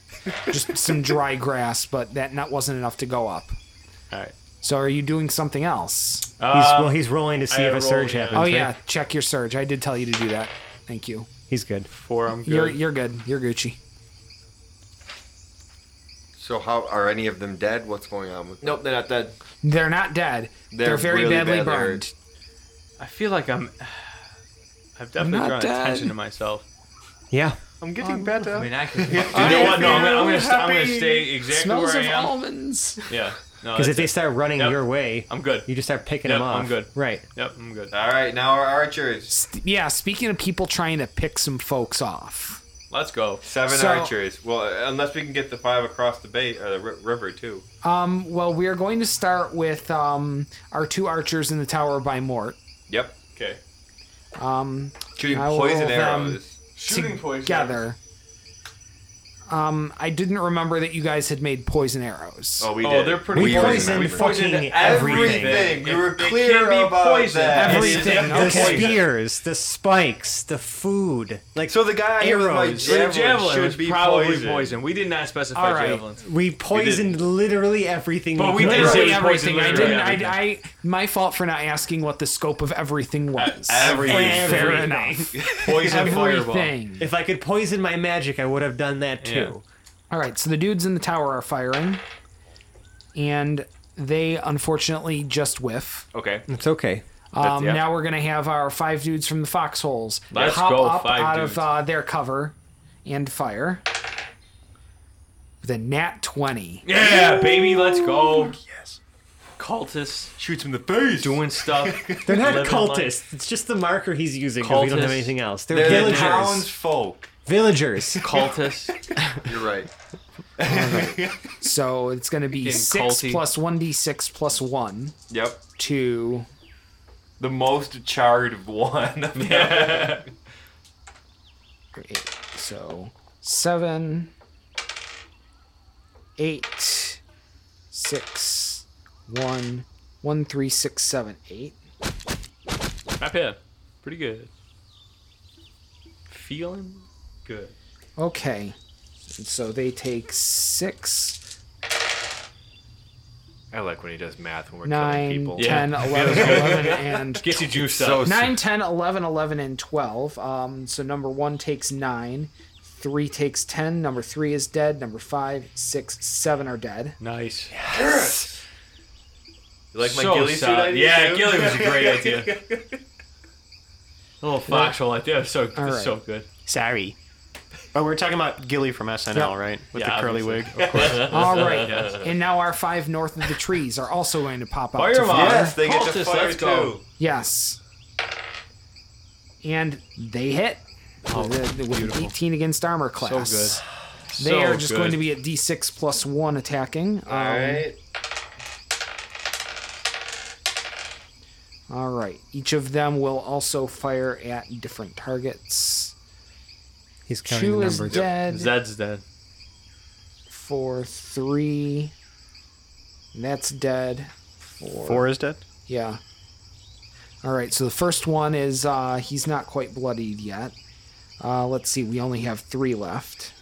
Speaker 1: Just some dry grass, but that not, wasn't enough to go up.
Speaker 4: All right.
Speaker 1: So are you doing something else?
Speaker 2: He's,
Speaker 4: Uh,
Speaker 2: well, he's rolling to see
Speaker 4: I
Speaker 2: if a
Speaker 4: roll,
Speaker 2: surge
Speaker 4: yeah.
Speaker 2: happens.
Speaker 1: Oh
Speaker 2: right?
Speaker 1: yeah, check your surge. I did tell you to do that. Thank you.
Speaker 2: he's good.
Speaker 4: Four. I'm good.
Speaker 1: You're you're good. You're Gucci.
Speaker 6: So how are any of them dead? What's going on with?
Speaker 5: Nope, they're not dead.
Speaker 1: They're not dead. They're,
Speaker 5: They're
Speaker 1: very
Speaker 5: really
Speaker 1: badly
Speaker 5: badly hurt.
Speaker 1: burned.
Speaker 4: I feel like I'm. I've definitely
Speaker 1: Not
Speaker 4: drawn
Speaker 1: dead.
Speaker 4: attention to myself.
Speaker 2: Yeah.
Speaker 4: Uh,
Speaker 5: I'm getting
Speaker 1: Um,
Speaker 5: better.
Speaker 4: I mean, I can.
Speaker 5: I
Speaker 4: you know what? No, I'm gonna, I'm gonna,
Speaker 5: feel
Speaker 4: st- I'm gonna
Speaker 5: happy.
Speaker 4: stay exactly
Speaker 1: Smells
Speaker 4: where
Speaker 1: of
Speaker 4: I am.
Speaker 1: almonds.
Speaker 4: Yeah. No.
Speaker 2: Because
Speaker 4: that's
Speaker 2: if they
Speaker 4: it.
Speaker 2: start running
Speaker 4: Yep.
Speaker 2: your way,
Speaker 4: I'm good.
Speaker 2: you just start picking
Speaker 4: Yep,
Speaker 2: them off.
Speaker 4: I'm good.
Speaker 2: Right.
Speaker 4: Yep. I'm good.
Speaker 5: All right, now our archers.
Speaker 1: S- Yeah. Speaking of people trying to pick some folks off.
Speaker 4: Let's go.
Speaker 5: Seven
Speaker 1: So-
Speaker 5: archers. Well, uh, unless we can get the five across the bay or the ri- river too.
Speaker 1: Um. Well, we are going to start with um our two archers in the tower by Mort.
Speaker 5: Yep.
Speaker 4: Okay.
Speaker 1: Um.
Speaker 5: Shooting
Speaker 1: I will um,
Speaker 5: poison
Speaker 1: roll them.
Speaker 5: arrows.
Speaker 4: Shooting poison.
Speaker 1: together. Um, I didn't remember that you guys had made poison arrows.
Speaker 5: Oh, we
Speaker 4: oh,
Speaker 5: did.
Speaker 4: they're pretty.
Speaker 2: We
Speaker 5: We
Speaker 2: poisoned
Speaker 5: remember.
Speaker 2: fucking
Speaker 5: Poisoned
Speaker 2: everything.
Speaker 5: We were
Speaker 4: It- it
Speaker 5: clear
Speaker 4: can be
Speaker 5: about
Speaker 4: poisoned.
Speaker 5: that.
Speaker 1: Everything,
Speaker 4: It's-
Speaker 2: The
Speaker 1: Okay.
Speaker 2: spears, the spikes, the food. Like
Speaker 5: So the guy here with my
Speaker 2: Arrows.
Speaker 4: So the
Speaker 5: javelin,
Speaker 4: javelin
Speaker 5: should
Speaker 4: was
Speaker 5: be
Speaker 4: probably
Speaker 5: poisoned.
Speaker 4: poison. We did not specify
Speaker 1: All right.
Speaker 4: javelins.
Speaker 2: we poisoned literally everything.
Speaker 4: But we
Speaker 2: could.
Speaker 4: did
Speaker 1: Literally
Speaker 4: say it was
Speaker 1: everything.
Speaker 4: poison
Speaker 1: I
Speaker 4: literally
Speaker 1: didn't. I, I. My fault for not asking what the scope of everything was.
Speaker 5: everything.
Speaker 1: Fair
Speaker 4: Uh, Everything.
Speaker 1: enough.
Speaker 5: Poison fireball.
Speaker 1: Everything.
Speaker 2: If I could poison my magic, I would have done that too.
Speaker 1: All right, so the dudes in the tower are firing, and they unfortunately just whiff.
Speaker 5: Okay.
Speaker 2: It's okay.
Speaker 1: Um,
Speaker 5: yeah.
Speaker 1: Now we're gonna have our five dudes from the foxholes
Speaker 4: Let's
Speaker 1: hop
Speaker 4: go,
Speaker 1: up
Speaker 4: five
Speaker 1: out of
Speaker 4: dudes.
Speaker 1: uh, their cover and fire. The nat twenty.
Speaker 4: Yeah, baby, let's go. Yes. Cultists
Speaker 5: Shoots him in the face.
Speaker 4: doing stuff.
Speaker 2: They're not
Speaker 4: Living
Speaker 2: cultists. It's just the marker he's using. 'cause We don't have
Speaker 4: Cultists.
Speaker 2: anything else. They're,
Speaker 5: They're the
Speaker 2: villagers.
Speaker 5: townsfolk.
Speaker 2: Villagers.
Speaker 4: Cultists.
Speaker 6: You're right.
Speaker 1: So it's gonna be
Speaker 4: Getting
Speaker 1: six
Speaker 4: culty.
Speaker 1: plus one d six plus one
Speaker 5: Yep.
Speaker 1: to
Speaker 5: The most charred one. of them.
Speaker 1: eight. So seven, eight, six, one, one, three, six, seven, eight.
Speaker 4: Not bad. Pretty good. Feeling good.
Speaker 1: Okay. And so they take six,
Speaker 5: I like when he does math when we're killing
Speaker 1: nine,
Speaker 5: people.
Speaker 4: Yeah.
Speaker 1: ten, eleven, eleven, and
Speaker 4: Gets you juiced
Speaker 6: So
Speaker 4: up.
Speaker 1: nine, ten, eleven, eleven, and twelve. Um, so number one takes nine, three takes ten. Number three is dead. Number five, six, seven are dead.
Speaker 4: Nice.
Speaker 5: You like my
Speaker 4: So
Speaker 5: ghillie suit
Speaker 4: solid.
Speaker 5: idea?
Speaker 4: Yeah,
Speaker 5: too?
Speaker 4: ghillie was a great idea. little foxhole idea. That was so, that was
Speaker 1: right.
Speaker 4: so good.
Speaker 2: Sorry.
Speaker 3: Oh, we're talking about Gilly from SNL,
Speaker 1: Yep.
Speaker 3: right? With
Speaker 4: Yeah,
Speaker 3: the curly
Speaker 4: obviously.
Speaker 3: wig.
Speaker 1: All right. And now our five north of the trees are also going to pop up. to
Speaker 4: Fire 'em
Speaker 1: fire.
Speaker 4: up.
Speaker 5: Yes, they get to
Speaker 4: Cultists,
Speaker 5: fire
Speaker 4: let's go.
Speaker 5: too.
Speaker 1: Yes. And they hit with, a- with an 18 against armor class.
Speaker 4: Oh, So
Speaker 1: They
Speaker 4: So
Speaker 1: are just
Speaker 4: good.
Speaker 1: going to be at d6 plus 1 attacking. Um,
Speaker 5: All right.
Speaker 1: All right. Each of them will also fire at different targets.
Speaker 2: He's counting
Speaker 1: Two
Speaker 2: the
Speaker 1: is
Speaker 2: numbers.
Speaker 1: dead.
Speaker 4: Zed's dead.
Speaker 1: Four, three. And that's dead. Four.
Speaker 3: Four is dead.
Speaker 1: Yeah. All right. So the first one is uh, he's not quite bloodied yet. Uh, let's see. We only have three left.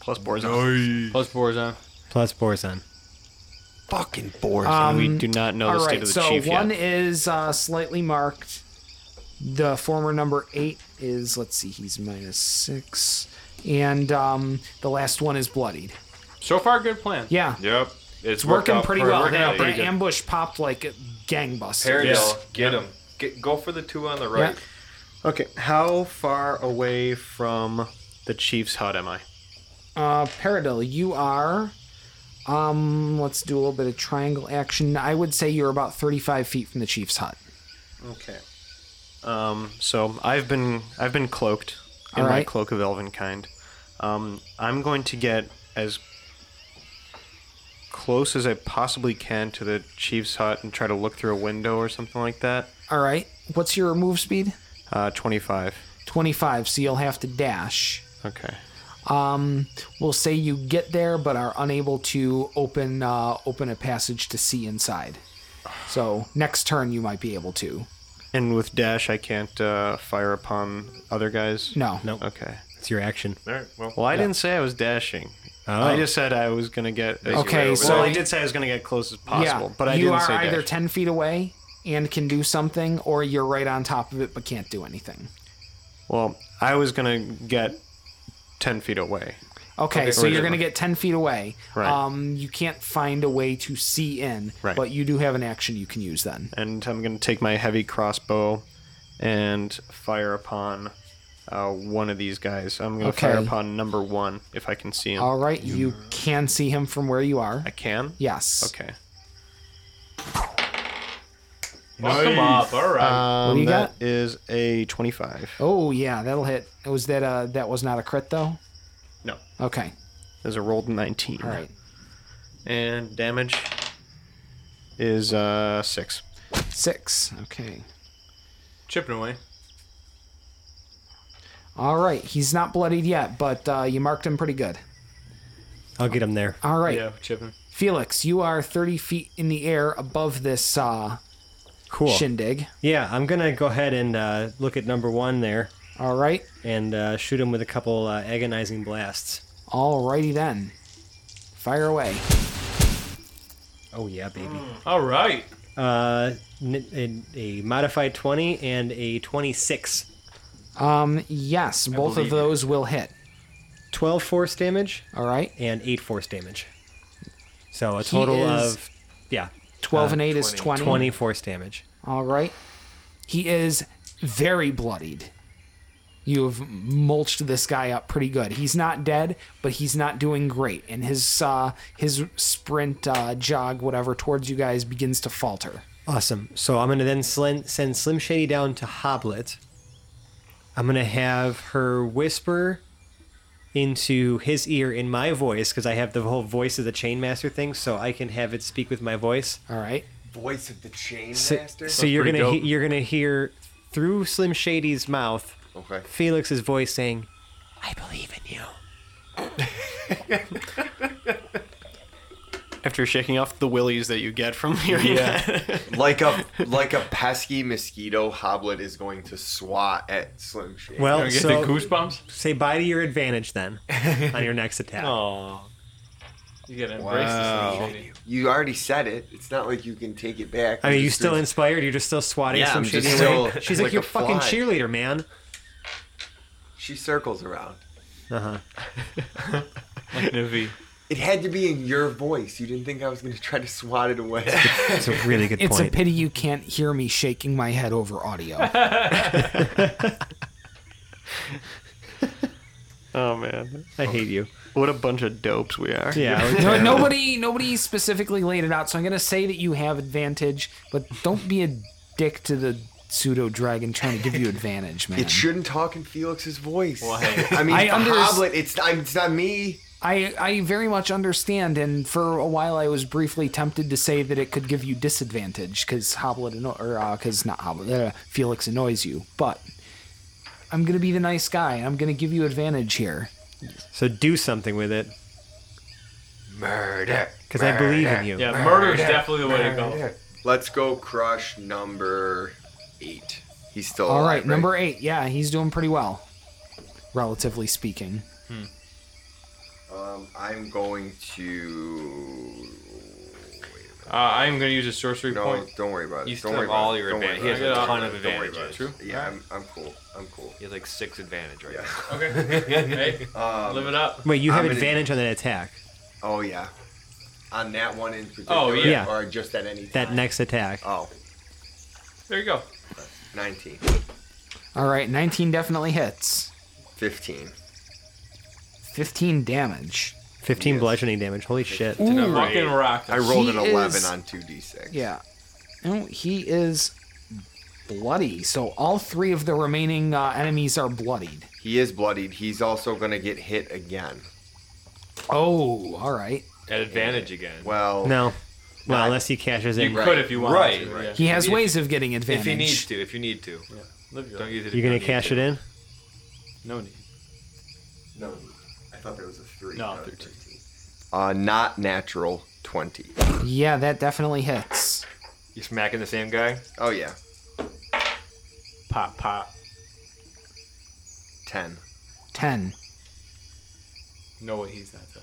Speaker 3: Plus Borzon.
Speaker 4: Plus Borzon.
Speaker 2: Plus Borzon.
Speaker 6: Fucking boring.
Speaker 1: Um,
Speaker 3: we do not know
Speaker 1: All
Speaker 3: the
Speaker 1: right,
Speaker 3: state of the
Speaker 1: so
Speaker 3: chief
Speaker 1: one
Speaker 3: yet.
Speaker 1: is uh, slightly marked. The former number eight is let's see, he's minus six, and um, the last one is bloodied.
Speaker 4: So far, good plan.
Speaker 1: Yeah,
Speaker 5: Yep. It's worked
Speaker 1: working
Speaker 5: out
Speaker 1: pretty well.
Speaker 5: perfectly.
Speaker 1: That, that ambush popped like gangbusters.
Speaker 5: Paradil,
Speaker 4: Yes.
Speaker 5: get him. Get, go for the two on the right.
Speaker 1: Yeah.
Speaker 3: Okay, how far away from the chief's hut am I?
Speaker 1: Uh, Paradil, you are. Um, let's do a little bit of triangle action. I would say you're about 35 feet from the chief's hut.
Speaker 3: Okay. Um, so I've been I've been cloaked in
Speaker 1: All
Speaker 3: my
Speaker 1: right.
Speaker 3: cloak of elven kind. Um, I'm going to get as close as I possibly can to the chief's hut and try to look through a window or something like that.
Speaker 1: All right. What's your move speed?
Speaker 3: Uh, 25.
Speaker 1: 25. So you'll have to dash.
Speaker 3: Okay.
Speaker 1: Um, we'll say you get there but are unable to open uh, open a passage to see inside. So next turn you might be able to.
Speaker 3: And with dash, I can't uh, fire upon other guys.
Speaker 1: No.
Speaker 2: Nope.
Speaker 3: Okay.
Speaker 2: It's your action.
Speaker 3: All right. Well, I didn't say I was dashing.
Speaker 2: Oh.
Speaker 3: I just said I was gonna get.
Speaker 1: Okay,
Speaker 3: Well,
Speaker 1: so-
Speaker 3: I did say I was gonna get close as possible,
Speaker 1: yeah,
Speaker 3: but I
Speaker 1: you
Speaker 3: didn't
Speaker 1: are
Speaker 3: say
Speaker 1: either
Speaker 3: dash.
Speaker 1: ten feet away and can do something, or you're right on top of it but can't do anything.
Speaker 3: well, I was gonna get ten feet away.
Speaker 1: Okay, so
Speaker 3: Or is
Speaker 1: you're
Speaker 3: it-
Speaker 1: going to get 10 feet away.
Speaker 3: Right.
Speaker 1: Um, you can't find a way to see in,
Speaker 3: Right.
Speaker 1: but you do have an action you can use then.
Speaker 3: and I'm going to take my heavy crossbow and fire upon uh, one of these guys. I'm going to fire
Speaker 1: Okay.
Speaker 3: upon number one if I can see him.
Speaker 1: All right, you can see him from where you are.
Speaker 3: I can.
Speaker 1: Yes.
Speaker 3: Okay.
Speaker 5: Fuck him up. All right.
Speaker 3: Um,
Speaker 1: do you
Speaker 3: that is a 25.
Speaker 1: Oh yeah, that'll hit. Was that uh that was not a crit though?
Speaker 3: No,
Speaker 1: Okay.
Speaker 3: there's a rolled 19.
Speaker 1: All right.
Speaker 3: And damage is uh six.
Speaker 1: 6. Okay.
Speaker 5: Chipping away.
Speaker 1: All right, he's not bloodied yet, but uh, you marked him pretty good.
Speaker 2: I'll get him there.
Speaker 1: All right,
Speaker 5: Yeah, chipping.
Speaker 1: Felix, you are 30 feet in the air above this uh,
Speaker 2: Cool.
Speaker 1: shindig.
Speaker 2: Yeah, I'm gonna go ahead and uh, look at number one there
Speaker 1: All right,
Speaker 2: and uh, shoot him with a couple uh, agonizing blasts.
Speaker 1: all righty then. Fire away.
Speaker 2: Oh yeah, baby.
Speaker 5: All right.
Speaker 2: Uh, n- n- a modified twenty and a twenty-six.
Speaker 1: Um, yes, both of
Speaker 5: believe you.
Speaker 1: those will hit.
Speaker 2: 12 force damage
Speaker 1: All right,
Speaker 2: and 8 force damage. So a total
Speaker 1: is-
Speaker 2: of, yeah,
Speaker 1: 12 and 8 is 20.
Speaker 2: 20 force damage.
Speaker 1: All right. He is very bloodied. You have mulched this guy up pretty good. He's not dead, but he's not doing great, and his uh, his sprint, uh, jog, whatever, towards you guys begins to falter.
Speaker 2: Awesome. So I'm going to then slin- send Slim Shady down to Hoblet. I'm going to have her whisper into his ear in my voice because I have the whole voice of the Chainmaster thing, so I can have it speak with my voice.
Speaker 1: All right.
Speaker 6: Voice of the chain
Speaker 2: So,
Speaker 6: master.
Speaker 2: so you're
Speaker 5: pretty
Speaker 2: gonna he-
Speaker 5: dope.
Speaker 2: you're gonna hear through Slim Shady's mouth,
Speaker 6: Okay.
Speaker 2: Felix's voice saying, "I believe in you."
Speaker 3: After shaking off the willies that you get from hearing yeah.
Speaker 6: like a like a pesky mosquito, Hoblet is going to swat at Slim Shady.
Speaker 2: Well,
Speaker 5: Gonna get
Speaker 2: so
Speaker 5: the goosebumps.
Speaker 2: say bye to your advantage then on your next attack.
Speaker 5: Oh. You gotta embrace
Speaker 3: Wow.
Speaker 5: this thing, Shady.
Speaker 6: you already said it. It's not like you can take it back.
Speaker 2: I mean, you
Speaker 6: just
Speaker 2: still
Speaker 6: did-
Speaker 2: inspired. You're just still swatting
Speaker 6: Yeah,
Speaker 2: some
Speaker 6: I'm
Speaker 2: shit
Speaker 6: just
Speaker 2: away.
Speaker 6: still
Speaker 2: She's like,
Speaker 6: like
Speaker 2: your
Speaker 6: a
Speaker 2: fucking
Speaker 6: fly."
Speaker 2: cheerleader, man.
Speaker 6: She circles around.
Speaker 2: Uh huh.
Speaker 5: Like Navi.
Speaker 6: It had to be in your voice. You didn't think I was going to try to swat it away.
Speaker 2: That's a really good
Speaker 1: It's a
Speaker 2: point.
Speaker 1: pity you can't hear me shaking my head over audio.
Speaker 3: Oh man.
Speaker 2: I hate you.
Speaker 3: What a bunch of dopes we are.
Speaker 2: Yeah.
Speaker 1: No, nobody, nobody specifically laid it out, so I'm gonna say that you have advantage, but don't be a dick to the pseudo dragon trying to give you advantage, man.
Speaker 6: It shouldn't talk in Felix's voice.
Speaker 5: Why?
Speaker 6: I mean,
Speaker 1: I
Speaker 6: it's
Speaker 1: under-
Speaker 6: a Hoblet. It's, I, it's not me.
Speaker 1: I, I very much understand, and for a while I was briefly tempted to say that it could give you disadvantage because Hoblet anno- or because not Hoblet, uh, Felix annoys you. But I'm gonna be the nice guy. and I'm gonna give you advantage here.
Speaker 2: so do something with it
Speaker 6: Murder.
Speaker 2: because I believe in you.
Speaker 5: Yeah, murder is definitely the way to go.
Speaker 6: Let's go crush number eight. He's still
Speaker 1: All
Speaker 6: alive,
Speaker 1: right, number eight. Yeah, he's doing pretty well, relatively speaking.
Speaker 6: Um, I'm going to.
Speaker 5: Uh, I'm gonna use a sorcery
Speaker 6: No,
Speaker 5: point.
Speaker 6: don't worry about it.
Speaker 5: You
Speaker 6: don't
Speaker 5: still
Speaker 6: worry
Speaker 5: have
Speaker 6: about
Speaker 5: all
Speaker 6: it.
Speaker 5: your
Speaker 6: Don't worry about
Speaker 5: advantage. He has a
Speaker 6: it.
Speaker 5: ton of
Speaker 6: Don't worry about
Speaker 5: advantages.
Speaker 6: it.
Speaker 5: True?
Speaker 6: Yeah, I'm, I'm cool. I'm cool.
Speaker 5: He has like six advantage right
Speaker 6: Yeah.
Speaker 5: Okay. hey,
Speaker 4: Um,
Speaker 5: live it up.
Speaker 2: Wait, you have
Speaker 6: I'm gonna-
Speaker 2: advantage on that attack.
Speaker 6: Oh yeah. On that one in particular.
Speaker 5: Oh, yeah.
Speaker 6: Or just at any time.
Speaker 2: That next attack.
Speaker 6: Oh,
Speaker 5: There you go.
Speaker 6: 19,
Speaker 1: All right, 19 definitely hits.
Speaker 6: 15.
Speaker 1: 15 damage.
Speaker 2: 15
Speaker 6: Yes.
Speaker 2: bludgeoning damage. Holy shit.
Speaker 6: Ooh.
Speaker 5: Fucking rock.
Speaker 6: I rolled an
Speaker 1: He
Speaker 6: 11
Speaker 1: is-
Speaker 6: on 2d6.
Speaker 1: Yeah. No, he is bloody. So all three of the remaining uh, enemies are bloodied.
Speaker 6: He is bloodied. He's also going to get hit again.
Speaker 1: Oh, all right.
Speaker 5: At advantage again.
Speaker 6: Well,
Speaker 2: No. Well, unless he cashes
Speaker 5: you
Speaker 2: in.
Speaker 5: could if you want
Speaker 6: Right,
Speaker 5: to.
Speaker 6: right.
Speaker 5: yeah.
Speaker 1: He has
Speaker 5: If-
Speaker 1: ways of getting
Speaker 5: If
Speaker 1: advantage.
Speaker 5: he needs to, if you need to. Don't use it.
Speaker 2: You're going to cash it in?
Speaker 5: No need.
Speaker 6: no. I I thought there was a three.
Speaker 4: No,
Speaker 6: not a
Speaker 4: 13.
Speaker 6: Uh, not natural twenty.
Speaker 1: Yeah, that definitely hits.
Speaker 5: You smacking the same guy?
Speaker 6: Oh yeah,
Speaker 4: Pop, Ah, pop.
Speaker 6: ten.
Speaker 1: 10.
Speaker 4: No way he's not dead.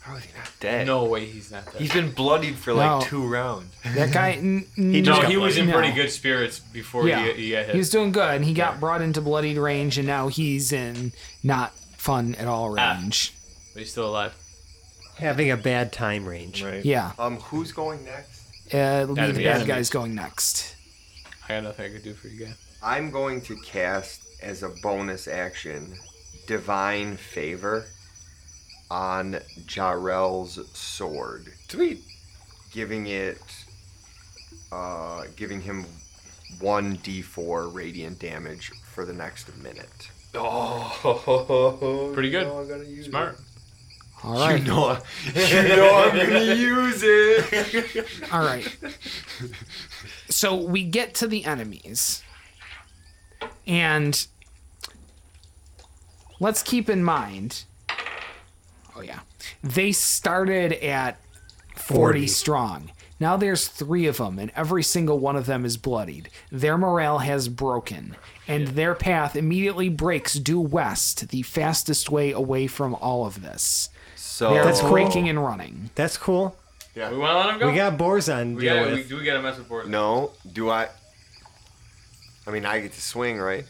Speaker 5: How is he not dead?
Speaker 4: No way he's not dead.
Speaker 5: He's been bloodied for like
Speaker 1: No.
Speaker 5: two rounds.
Speaker 1: That guy. N- he
Speaker 4: no, he was in
Speaker 1: No.
Speaker 4: pretty good spirits before
Speaker 1: Yeah.
Speaker 4: he, he got hit.
Speaker 1: He was doing good, and he got brought into bloodied range, and now he's in not fun at all
Speaker 4: Ah.
Speaker 1: range.
Speaker 4: but he's still alive.
Speaker 2: Having a bad time range.
Speaker 4: Right.
Speaker 1: Yeah.
Speaker 6: Um, who's going next?
Speaker 1: Uh, it'll be
Speaker 4: That'd
Speaker 1: the
Speaker 4: be
Speaker 1: bad
Speaker 4: enemy.
Speaker 1: guys going next.
Speaker 4: I got nothing I could do for you guys.
Speaker 6: I'm going to cast as a bonus action Divine Favor on Jarel's sword,
Speaker 5: Sweet.
Speaker 6: giving it, uh, giving him 1d4 radiant damage for the next minute.
Speaker 5: Oh,
Speaker 4: Pretty good.
Speaker 5: I'm gonna use
Speaker 4: Smart.
Speaker 1: All right.
Speaker 6: No, you know I'm gonna use it.
Speaker 1: All right. So we get to the enemies. And let's keep in mind. Oh, yeah. They started at 40, strong. Now there's three of them, and every single one of them is bloodied. Their morale has broken, and their path immediately breaks due west, the fastest way away from all of this.
Speaker 6: So
Speaker 1: They're
Speaker 2: Oh. That's cool.
Speaker 1: breaking and running.
Speaker 2: That's cool.
Speaker 4: We want to let him go?
Speaker 2: We got Borzon to
Speaker 4: we
Speaker 2: deal
Speaker 4: got,
Speaker 2: with.
Speaker 4: we, do we got to mess with Boris.
Speaker 6: No, do I? I mean, I get to swing, right?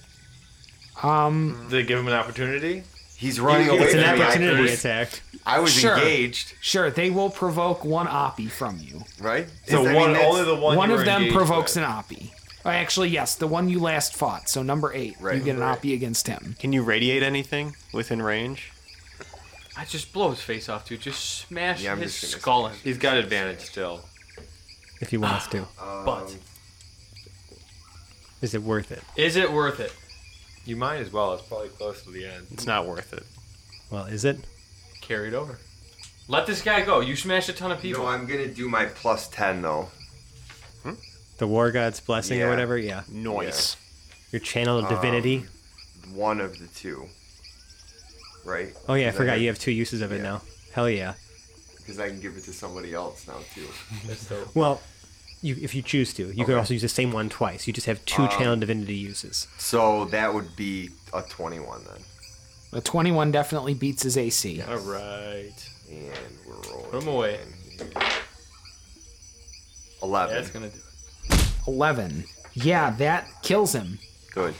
Speaker 1: Um,
Speaker 5: They give him an opportunity.
Speaker 6: He's running away
Speaker 2: it's
Speaker 6: from
Speaker 2: an
Speaker 6: me. I
Speaker 2: opportunity
Speaker 6: first-
Speaker 2: attack.
Speaker 6: I was
Speaker 1: Sure.
Speaker 6: engaged,
Speaker 1: sure, they will provoke one oppie from you.
Speaker 6: right?
Speaker 5: So
Speaker 6: Is- I mean,
Speaker 5: one,
Speaker 6: that's-
Speaker 5: only the one.
Speaker 1: one
Speaker 5: you
Speaker 1: of
Speaker 5: were
Speaker 1: them
Speaker 5: engaged
Speaker 1: provokes
Speaker 5: with.
Speaker 1: an oppie. Oh, actually, yes, the one you last fought. So number eight, you
Speaker 6: Right,
Speaker 1: get an oppie against him.
Speaker 3: Can you radiate anything within range?
Speaker 4: I just blow his face off, dude. Just smash
Speaker 6: Yeah, I'm
Speaker 4: his
Speaker 6: just gonna
Speaker 4: skull in.
Speaker 5: He's got advantage still.
Speaker 2: If he wants to.
Speaker 6: Um,
Speaker 4: But
Speaker 2: Is it worth it?
Speaker 4: is it worth it?
Speaker 5: You might as well. It's probably close to the end.
Speaker 3: It's not worth it.
Speaker 2: Well, is it?
Speaker 4: Carry it over. Let this guy go. You smashed a ton of people.
Speaker 6: No, I'm gonna do my plus ten though.
Speaker 2: The War God's blessing
Speaker 6: Yeah.
Speaker 2: or whatever? Yeah.
Speaker 3: Noise.
Speaker 2: Your channel of divinity.
Speaker 6: One of the two. Right?
Speaker 2: Oh yeah, I
Speaker 6: Because
Speaker 2: forgot
Speaker 6: can-
Speaker 2: you have two uses of it
Speaker 6: Yeah.
Speaker 2: now. Hell yeah.
Speaker 6: Because I can give it to somebody else now too.
Speaker 2: Well, you, if you choose to, you could also use the same one twice. You just have two channel divinity uses.
Speaker 6: So that would be a twenty-one then,
Speaker 1: A twenty-one definitely beats his AC.
Speaker 4: All right.
Speaker 6: and we're rolling.
Speaker 4: Put him away.
Speaker 6: again here. Eleven.
Speaker 4: That's going to do it.
Speaker 1: Eleven. Yeah, that kills him.
Speaker 6: Good.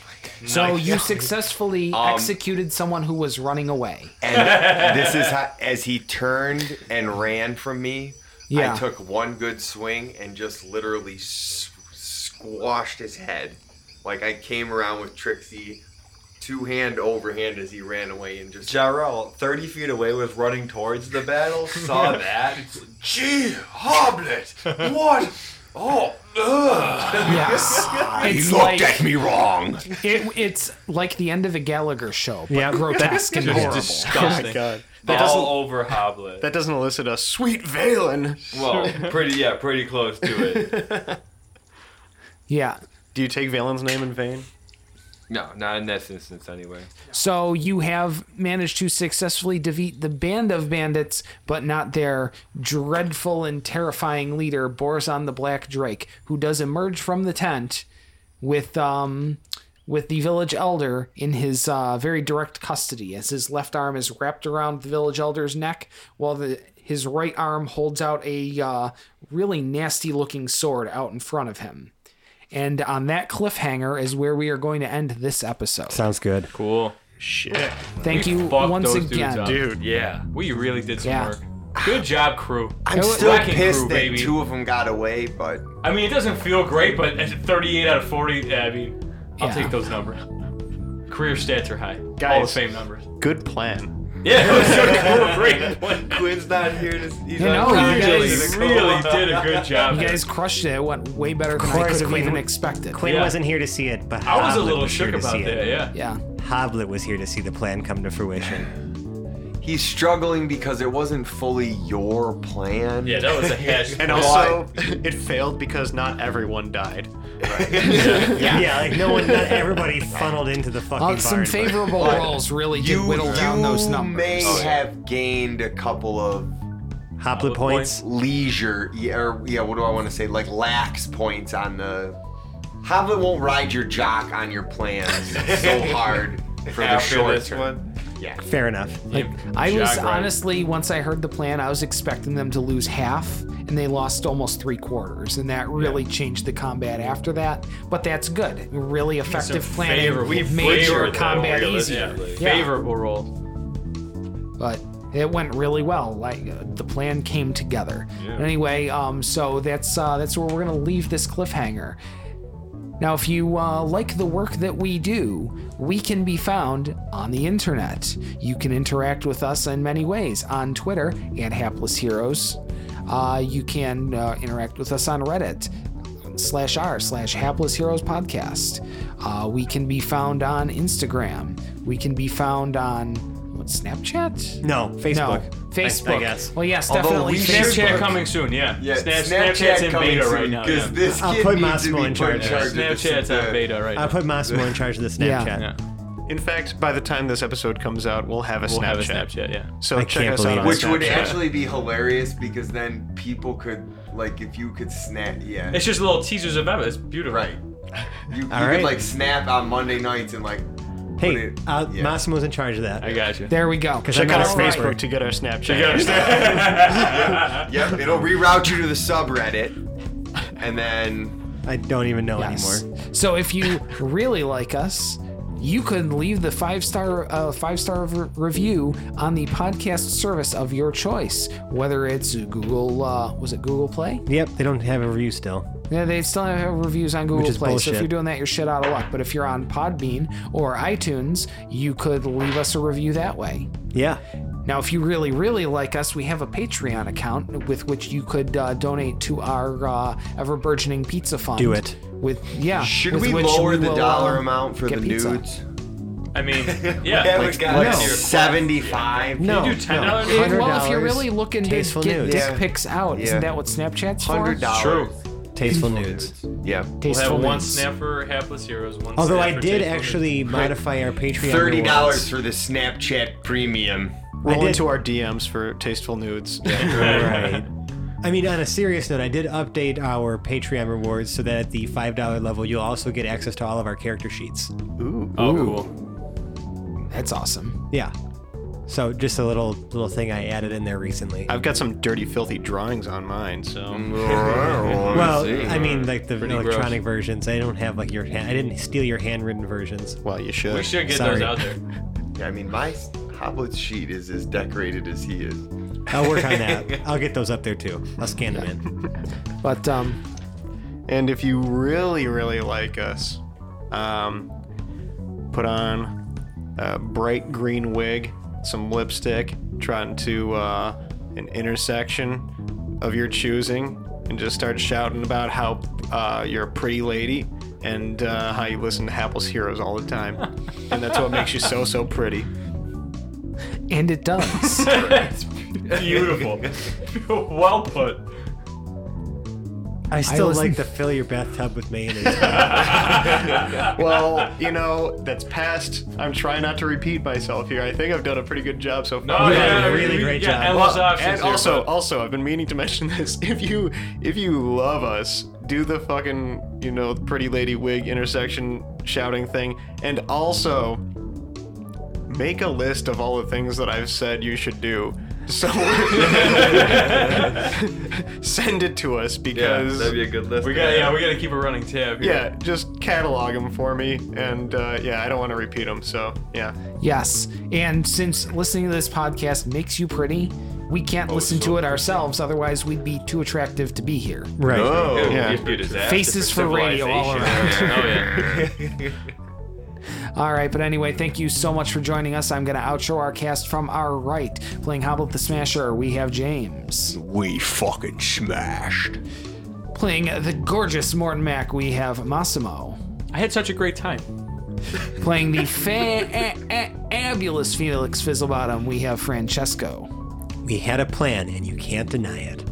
Speaker 1: So you successfully
Speaker 6: Um,
Speaker 1: executed someone who was running away.
Speaker 6: And this is how, as he turned and ran from me.
Speaker 1: Yeah.
Speaker 6: I took one good swing and just literally s- squashed his head. Like I came around with Trixie, two hand overhand as he ran away and just
Speaker 5: Jarrell, 30 feet away, was running towards the battle, saw that. Gee, Hoblet! What? Oh, ugh.
Speaker 1: Yes, it's like
Speaker 6: me wrong.
Speaker 1: it, it's like the end of a Gallagher show, but
Speaker 2: Yeah.
Speaker 1: grotesque and horrible.
Speaker 4: Disgusting.
Speaker 3: Oh God. That doesn't,
Speaker 5: All over Hoblet.
Speaker 3: that doesn't elicit a sweet Valen.
Speaker 5: well, pretty, yeah, pretty close to it.
Speaker 1: yeah.
Speaker 3: Do you take Valen's name in vain?
Speaker 5: No, not in this instance, anyway.
Speaker 1: So you have managed to successfully defeat the band of bandits, but not their dreadful and terrifying leader, Borzon the Black Drake, who does emerge from the tent with um with the village elder in his uh, very direct custody, as his left arm is wrapped around the village elder's neck, while the his right arm holds out a uh, really nasty looking sword out in front of him. And on that cliffhanger is where we are going to end this episode.
Speaker 2: Sounds good.
Speaker 5: Cool.
Speaker 3: Shit.
Speaker 1: Thank you
Speaker 4: fucked
Speaker 1: once
Speaker 4: those dudes
Speaker 1: again.
Speaker 4: up.
Speaker 3: Dude.
Speaker 5: Yeah.
Speaker 4: We really did some
Speaker 1: Yeah.
Speaker 4: work. Good job, crew.
Speaker 6: I'm
Speaker 1: Go-
Speaker 6: still
Speaker 4: Wrecking
Speaker 6: pissed
Speaker 4: crew,
Speaker 6: that
Speaker 4: baby.
Speaker 6: two of them got away, but
Speaker 4: I mean, it doesn't feel great, but at 38 out of 40, I mean, I'll
Speaker 1: Yeah.
Speaker 4: take those numbers. Career stats are high. All the
Speaker 3: Guys.
Speaker 4: same numbers.
Speaker 3: Good plan.
Speaker 4: Yeah, it was so cool. Great.
Speaker 6: Quinn's not here. To,
Speaker 1: You
Speaker 6: he's
Speaker 1: know, you guys,
Speaker 4: You really did a good job.
Speaker 1: you guys crushed it. It went way better than I
Speaker 2: course,
Speaker 1: could have
Speaker 2: Quinn.
Speaker 1: even expected.
Speaker 2: Quinn
Speaker 4: Yeah.
Speaker 2: wasn't here to see it, but
Speaker 4: I was a
Speaker 2: Hoblet
Speaker 4: little
Speaker 2: here
Speaker 4: shook
Speaker 2: to see
Speaker 4: about
Speaker 2: it.
Speaker 4: that, yeah.
Speaker 1: Yeah.
Speaker 2: Hoblet was here to see the plan come to fruition.
Speaker 6: He's struggling because it wasn't fully your plan.
Speaker 4: Yeah, that was a hash.
Speaker 3: And also, it failed because not everyone died.
Speaker 2: Yeah, like no one, not everybody funneled into the fucking
Speaker 1: Uh,
Speaker 2: barn.
Speaker 1: some
Speaker 2: but-
Speaker 1: favorable
Speaker 6: But
Speaker 1: rolls really did
Speaker 6: You,
Speaker 1: whittle down
Speaker 6: you
Speaker 1: those numbers. Oh,
Speaker 6: may
Speaker 4: Oh,
Speaker 6: have gained a couple of
Speaker 2: Hoplet points.
Speaker 6: leisure, yeah, or yeah, what do I want to say? Like lax points on the. Hoblet won't ride your jock on your plans so hard for the
Speaker 5: After
Speaker 6: short
Speaker 5: this
Speaker 6: term.
Speaker 5: one.
Speaker 6: Yeah.
Speaker 2: Fair enough.
Speaker 1: Like, I was
Speaker 5: Jack right.
Speaker 1: honestly, once I heard the plan, I was expecting them to lose half, and they lost almost three quarters, and that really changed the combat after that. But that's good. Really effective planning
Speaker 4: favorable-
Speaker 1: made your combat easier. Yeah.
Speaker 4: Favorable roll.
Speaker 1: but it went really well. Like uh, the plan came together. Anyway, um, so that's uh, that's where we're gonna leave this cliffhanger. Now, if you uh, like the work that we do, we can be found on the internet. You can interact with us in many ways on Twitter at Hapless Heroes. Uh, you can uh, interact with us on Reddit slash r slash hapless heroes podcast. Uh, we can be found on Instagram. We can be found on what Snapchat?
Speaker 2: No, Facebook.
Speaker 1: No,
Speaker 2: I-
Speaker 1: Facebook.
Speaker 2: I, guess.
Speaker 1: Well, yes,
Speaker 6: Although
Speaker 1: definitely.
Speaker 6: we
Speaker 1: Facebook.
Speaker 4: Snapchat coming soon. Yeah.
Speaker 6: Yeah,
Speaker 4: Snap-
Speaker 6: Snapchat
Speaker 4: Snapchat's in
Speaker 6: coming
Speaker 4: beta
Speaker 6: soon,
Speaker 4: right now.
Speaker 6: Because
Speaker 4: Yeah.
Speaker 6: this
Speaker 2: I'll
Speaker 6: kid
Speaker 2: put
Speaker 6: needs to
Speaker 2: Massimo
Speaker 6: be
Speaker 2: in
Speaker 6: put
Speaker 2: charge
Speaker 6: in
Speaker 2: of
Speaker 6: charge. of this-
Speaker 4: Snapchat's
Speaker 6: uh,
Speaker 4: on beta right
Speaker 2: I
Speaker 4: now.
Speaker 2: put Massimo in charge of the
Speaker 1: Yeah.
Speaker 2: Snapchat.
Speaker 4: Yeah.
Speaker 3: In fact, by the time this episode comes out, we'll have a
Speaker 4: We'll
Speaker 3: Snapchat.
Speaker 4: have a Snapchat. Yeah.
Speaker 3: So
Speaker 2: I
Speaker 3: check
Speaker 2: can't
Speaker 3: us out
Speaker 2: believe
Speaker 3: on
Speaker 2: it.
Speaker 6: Which would
Speaker 3: Snapchat.
Speaker 6: actually be hilarious because then people could like if you could snap yeah.
Speaker 4: It's just little teasers of Eva. It's beautiful.
Speaker 6: right. You, you
Speaker 2: right.
Speaker 6: could like snap on Monday nights and like put
Speaker 2: Hey,
Speaker 6: it-
Speaker 2: uh,
Speaker 6: yeah.
Speaker 2: Massimo's in charge of that.
Speaker 4: I got you.
Speaker 1: There we go.
Speaker 3: Check out
Speaker 1: All
Speaker 3: our
Speaker 1: right.
Speaker 3: Facebook to get our Snapchat.
Speaker 6: Yep, it'll reroute you to the subreddit and then
Speaker 2: I don't even know
Speaker 1: Yes.
Speaker 2: anymore.
Speaker 1: So if you really like us, you can leave the five star uh, five star re- review on the podcast service of your choice, whether it's Google uh, was it Google Play?
Speaker 2: Yep, they don't have a review still.
Speaker 1: Yeah, they still have reviews on Google
Speaker 2: is
Speaker 1: Play. So
Speaker 2: bullshit.
Speaker 1: if you're doing that, you're shit out of luck. But if you're on Podbean or iTunes, you could leave us a review that way.
Speaker 2: Yeah.
Speaker 1: Now, if you really, really like us, we have a Patreon account with which you could uh, donate to our uh, ever burgeoning pizza fund.
Speaker 2: Do it.
Speaker 1: With yeah.
Speaker 6: should
Speaker 1: with
Speaker 6: we
Speaker 1: which
Speaker 6: lower
Speaker 1: we
Speaker 6: the
Speaker 1: will,
Speaker 6: dollar
Speaker 1: uh,
Speaker 6: amount for
Speaker 1: get
Speaker 6: the
Speaker 1: pizza.
Speaker 6: nudes?
Speaker 4: I mean,
Speaker 5: We
Speaker 4: yeah.
Speaker 5: haven't
Speaker 4: Like, uh,
Speaker 5: gotten
Speaker 6: Like
Speaker 5: to your-
Speaker 6: 75?
Speaker 2: No.
Speaker 4: you do ten dollars.
Speaker 1: It-
Speaker 2: $100.
Speaker 1: well, if you're really looking to get
Speaker 2: Tasteful nudes.
Speaker 1: dick
Speaker 6: Yeah.
Speaker 1: pics out,
Speaker 6: Yeah.
Speaker 1: isn't that what Snapchat's for?
Speaker 6: Hundred dollars.
Speaker 5: True.
Speaker 2: Tasteful nudes.
Speaker 6: Yeah.
Speaker 4: We'll
Speaker 1: Tasteful
Speaker 4: have one
Speaker 1: nudes.
Speaker 4: snap for hapless heroes. One.
Speaker 2: Although
Speaker 4: snap
Speaker 2: I
Speaker 4: for
Speaker 2: did
Speaker 4: Tasteful
Speaker 2: actually modify our Patreon.
Speaker 6: Thirty dollars
Speaker 2: rewards.
Speaker 6: for the Snapchat premium.
Speaker 2: I
Speaker 3: Roll
Speaker 2: did-
Speaker 3: into our DMs for tasteful nudes.
Speaker 2: Right. I mean, on a serious note, I did update our Patreon rewards so that at the five dollar level, you'll also get access to all of our character sheets.
Speaker 4: Nudes. Oh, cool.
Speaker 1: That's awesome.
Speaker 2: Yeah. So just a little little thing I added in there recently.
Speaker 3: I've got some dirty, filthy drawings on mine,
Speaker 6: Mm.
Speaker 3: so
Speaker 2: well, I mean, like the
Speaker 4: Pretty
Speaker 2: electronic versions. I don't have like your. Hand, I didn't steal your handwritten versions.
Speaker 3: well, you
Speaker 4: We
Speaker 3: should.
Speaker 4: should get
Speaker 2: Sorry.
Speaker 4: those out there.
Speaker 6: Yeah, I mean, my s- Hoblet sheet is as decorated as he is.
Speaker 2: I'll work on that. I'll get those up there too. I'll scan them in.
Speaker 1: But um,
Speaker 3: And if you really, really like us, um, put on a bright green wig, some lipstick, trot into uh, an intersection of your choosing, and just start shouting about how uh, you're a pretty lady and uh, how you listen to Apple's Heroes all the time. and that's what makes you so, so pretty.
Speaker 1: and it does.
Speaker 4: Beautiful. well put.
Speaker 2: I still
Speaker 1: listen-
Speaker 2: like to fill your bathtub with mayonnaise.
Speaker 3: Well, you know, that's past. I'm trying not to repeat myself here. I think I've done a pretty good job so far.
Speaker 4: No,
Speaker 2: did
Speaker 4: yeah,
Speaker 2: a
Speaker 4: we-
Speaker 2: really
Speaker 4: we-
Speaker 2: great
Speaker 4: yeah,
Speaker 2: job.
Speaker 4: endless options
Speaker 3: and
Speaker 4: here,
Speaker 3: also,
Speaker 4: but-
Speaker 3: also, I've been meaning to mention this. If you, if you love us, do the fucking, you know, pretty lady wig intersection shouting thing, and also make a list of all the things that I've said you should do. So send it to us
Speaker 5: Yeah,
Speaker 3: because
Speaker 5: that'd be a good list.
Speaker 4: we got. Yeah, we got to keep a running tab. Here.
Speaker 3: yeah, just catalog them for me, and uh, yeah, I don't want to repeat them. So yeah,
Speaker 1: yes, and since listening to this podcast makes you pretty, we can't
Speaker 6: Oh,
Speaker 1: listen to it ourselves. Otherwise, we'd be too attractive to be here.
Speaker 2: right.
Speaker 5: Oh,
Speaker 3: Yeah.
Speaker 5: it'd be a disaster
Speaker 1: Faces for radio all
Speaker 5: civilization.
Speaker 4: Oh yeah.
Speaker 1: All right, but anyway, thank you so much for joining us. I'm going to outro our cast from our right. Playing Hoblet the Smasher, we have James.
Speaker 6: We fucking smashed.
Speaker 1: Playing the gorgeous Morton Mac, we have Massimo.
Speaker 4: I had such a great time.
Speaker 1: Playing the eh, fabulous Felix Fizzlebottom, we have Francesco.
Speaker 2: We had a plan, and you can't deny it.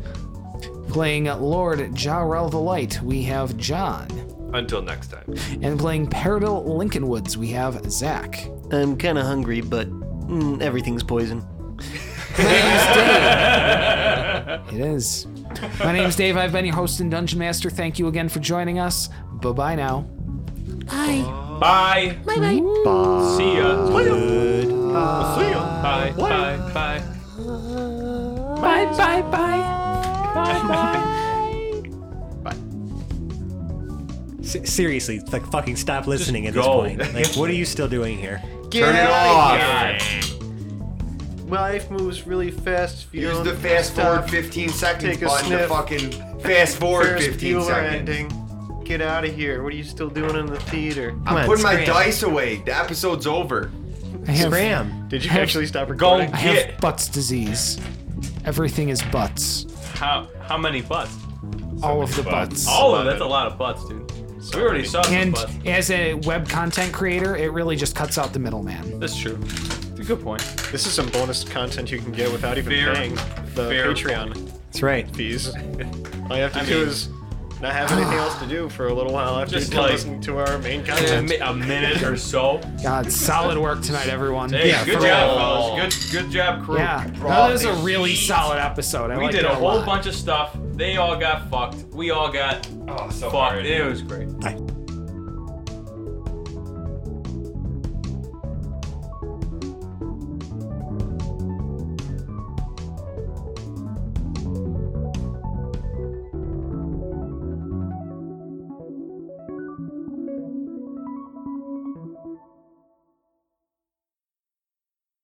Speaker 1: Playing Lord Jarrell the Light, we have John.
Speaker 5: Until next time.
Speaker 1: And playing Paradiddle Lincoln Woods, we have Zach.
Speaker 3: I'm kind of hungry, but mm, everything's poison.
Speaker 1: It is. My name's Dave. I've been your host and Dungeon Master. Thank you again for joining us. Bye bye now.
Speaker 4: Bye. Bye bye. See ya. See ya. Bye. Bye. Bye.
Speaker 1: Bye bye bye.
Speaker 2: S- seriously, like fucking stop listening at this
Speaker 5: go.
Speaker 2: point. Like, what are you still doing here?
Speaker 6: Turn it off.
Speaker 3: My life moves really fast. if you
Speaker 6: Use
Speaker 3: don't
Speaker 6: the fast
Speaker 3: stop.
Speaker 6: forward 15 seconds
Speaker 3: Take a
Speaker 6: button to
Speaker 3: sniff.
Speaker 6: fucking fast forward
Speaker 3: Ferris
Speaker 6: 15
Speaker 3: Bueller
Speaker 6: seconds.
Speaker 3: ending. Get out of here. What are you still doing in the theater? Come
Speaker 6: I'm
Speaker 3: on,
Speaker 6: putting my
Speaker 3: scram.
Speaker 6: dice away. The episode's over.
Speaker 1: I have, I
Speaker 2: Scram.
Speaker 3: Did you actually stop recording?
Speaker 1: have butts disease. Everything is butts.
Speaker 4: How how many butts?
Speaker 1: All of the butts.
Speaker 4: All of that's a lot of butts, dude. we already saw some
Speaker 1: And
Speaker 4: butts.
Speaker 1: as a web content creator, it really just cuts out the middleman.
Speaker 4: That's true. It's a good point.
Speaker 3: This is some bonus content you can get without even
Speaker 4: Fair-
Speaker 3: paying the
Speaker 4: fair
Speaker 3: Patreon
Speaker 2: That's right.
Speaker 3: fees. All you have to do
Speaker 4: mean-
Speaker 3: is not have anything else to do for a little while after
Speaker 4: Just
Speaker 3: you're done
Speaker 4: like-
Speaker 3: listening to our main
Speaker 4: A,
Speaker 3: content.
Speaker 4: mi- a minute or so.
Speaker 1: God, solid work tonight, everyone.
Speaker 4: Hey,
Speaker 1: yeah,
Speaker 4: good
Speaker 1: for
Speaker 4: job,
Speaker 1: real.
Speaker 4: fellas. Good good job, crew.
Speaker 1: Yeah, that was a really solid episode. I
Speaker 4: We
Speaker 1: liked
Speaker 4: did
Speaker 1: it
Speaker 4: a whole
Speaker 1: lot.
Speaker 4: bunch of stuff. They all got fucked. We all got
Speaker 5: Oh, so
Speaker 4: fucked. It was great.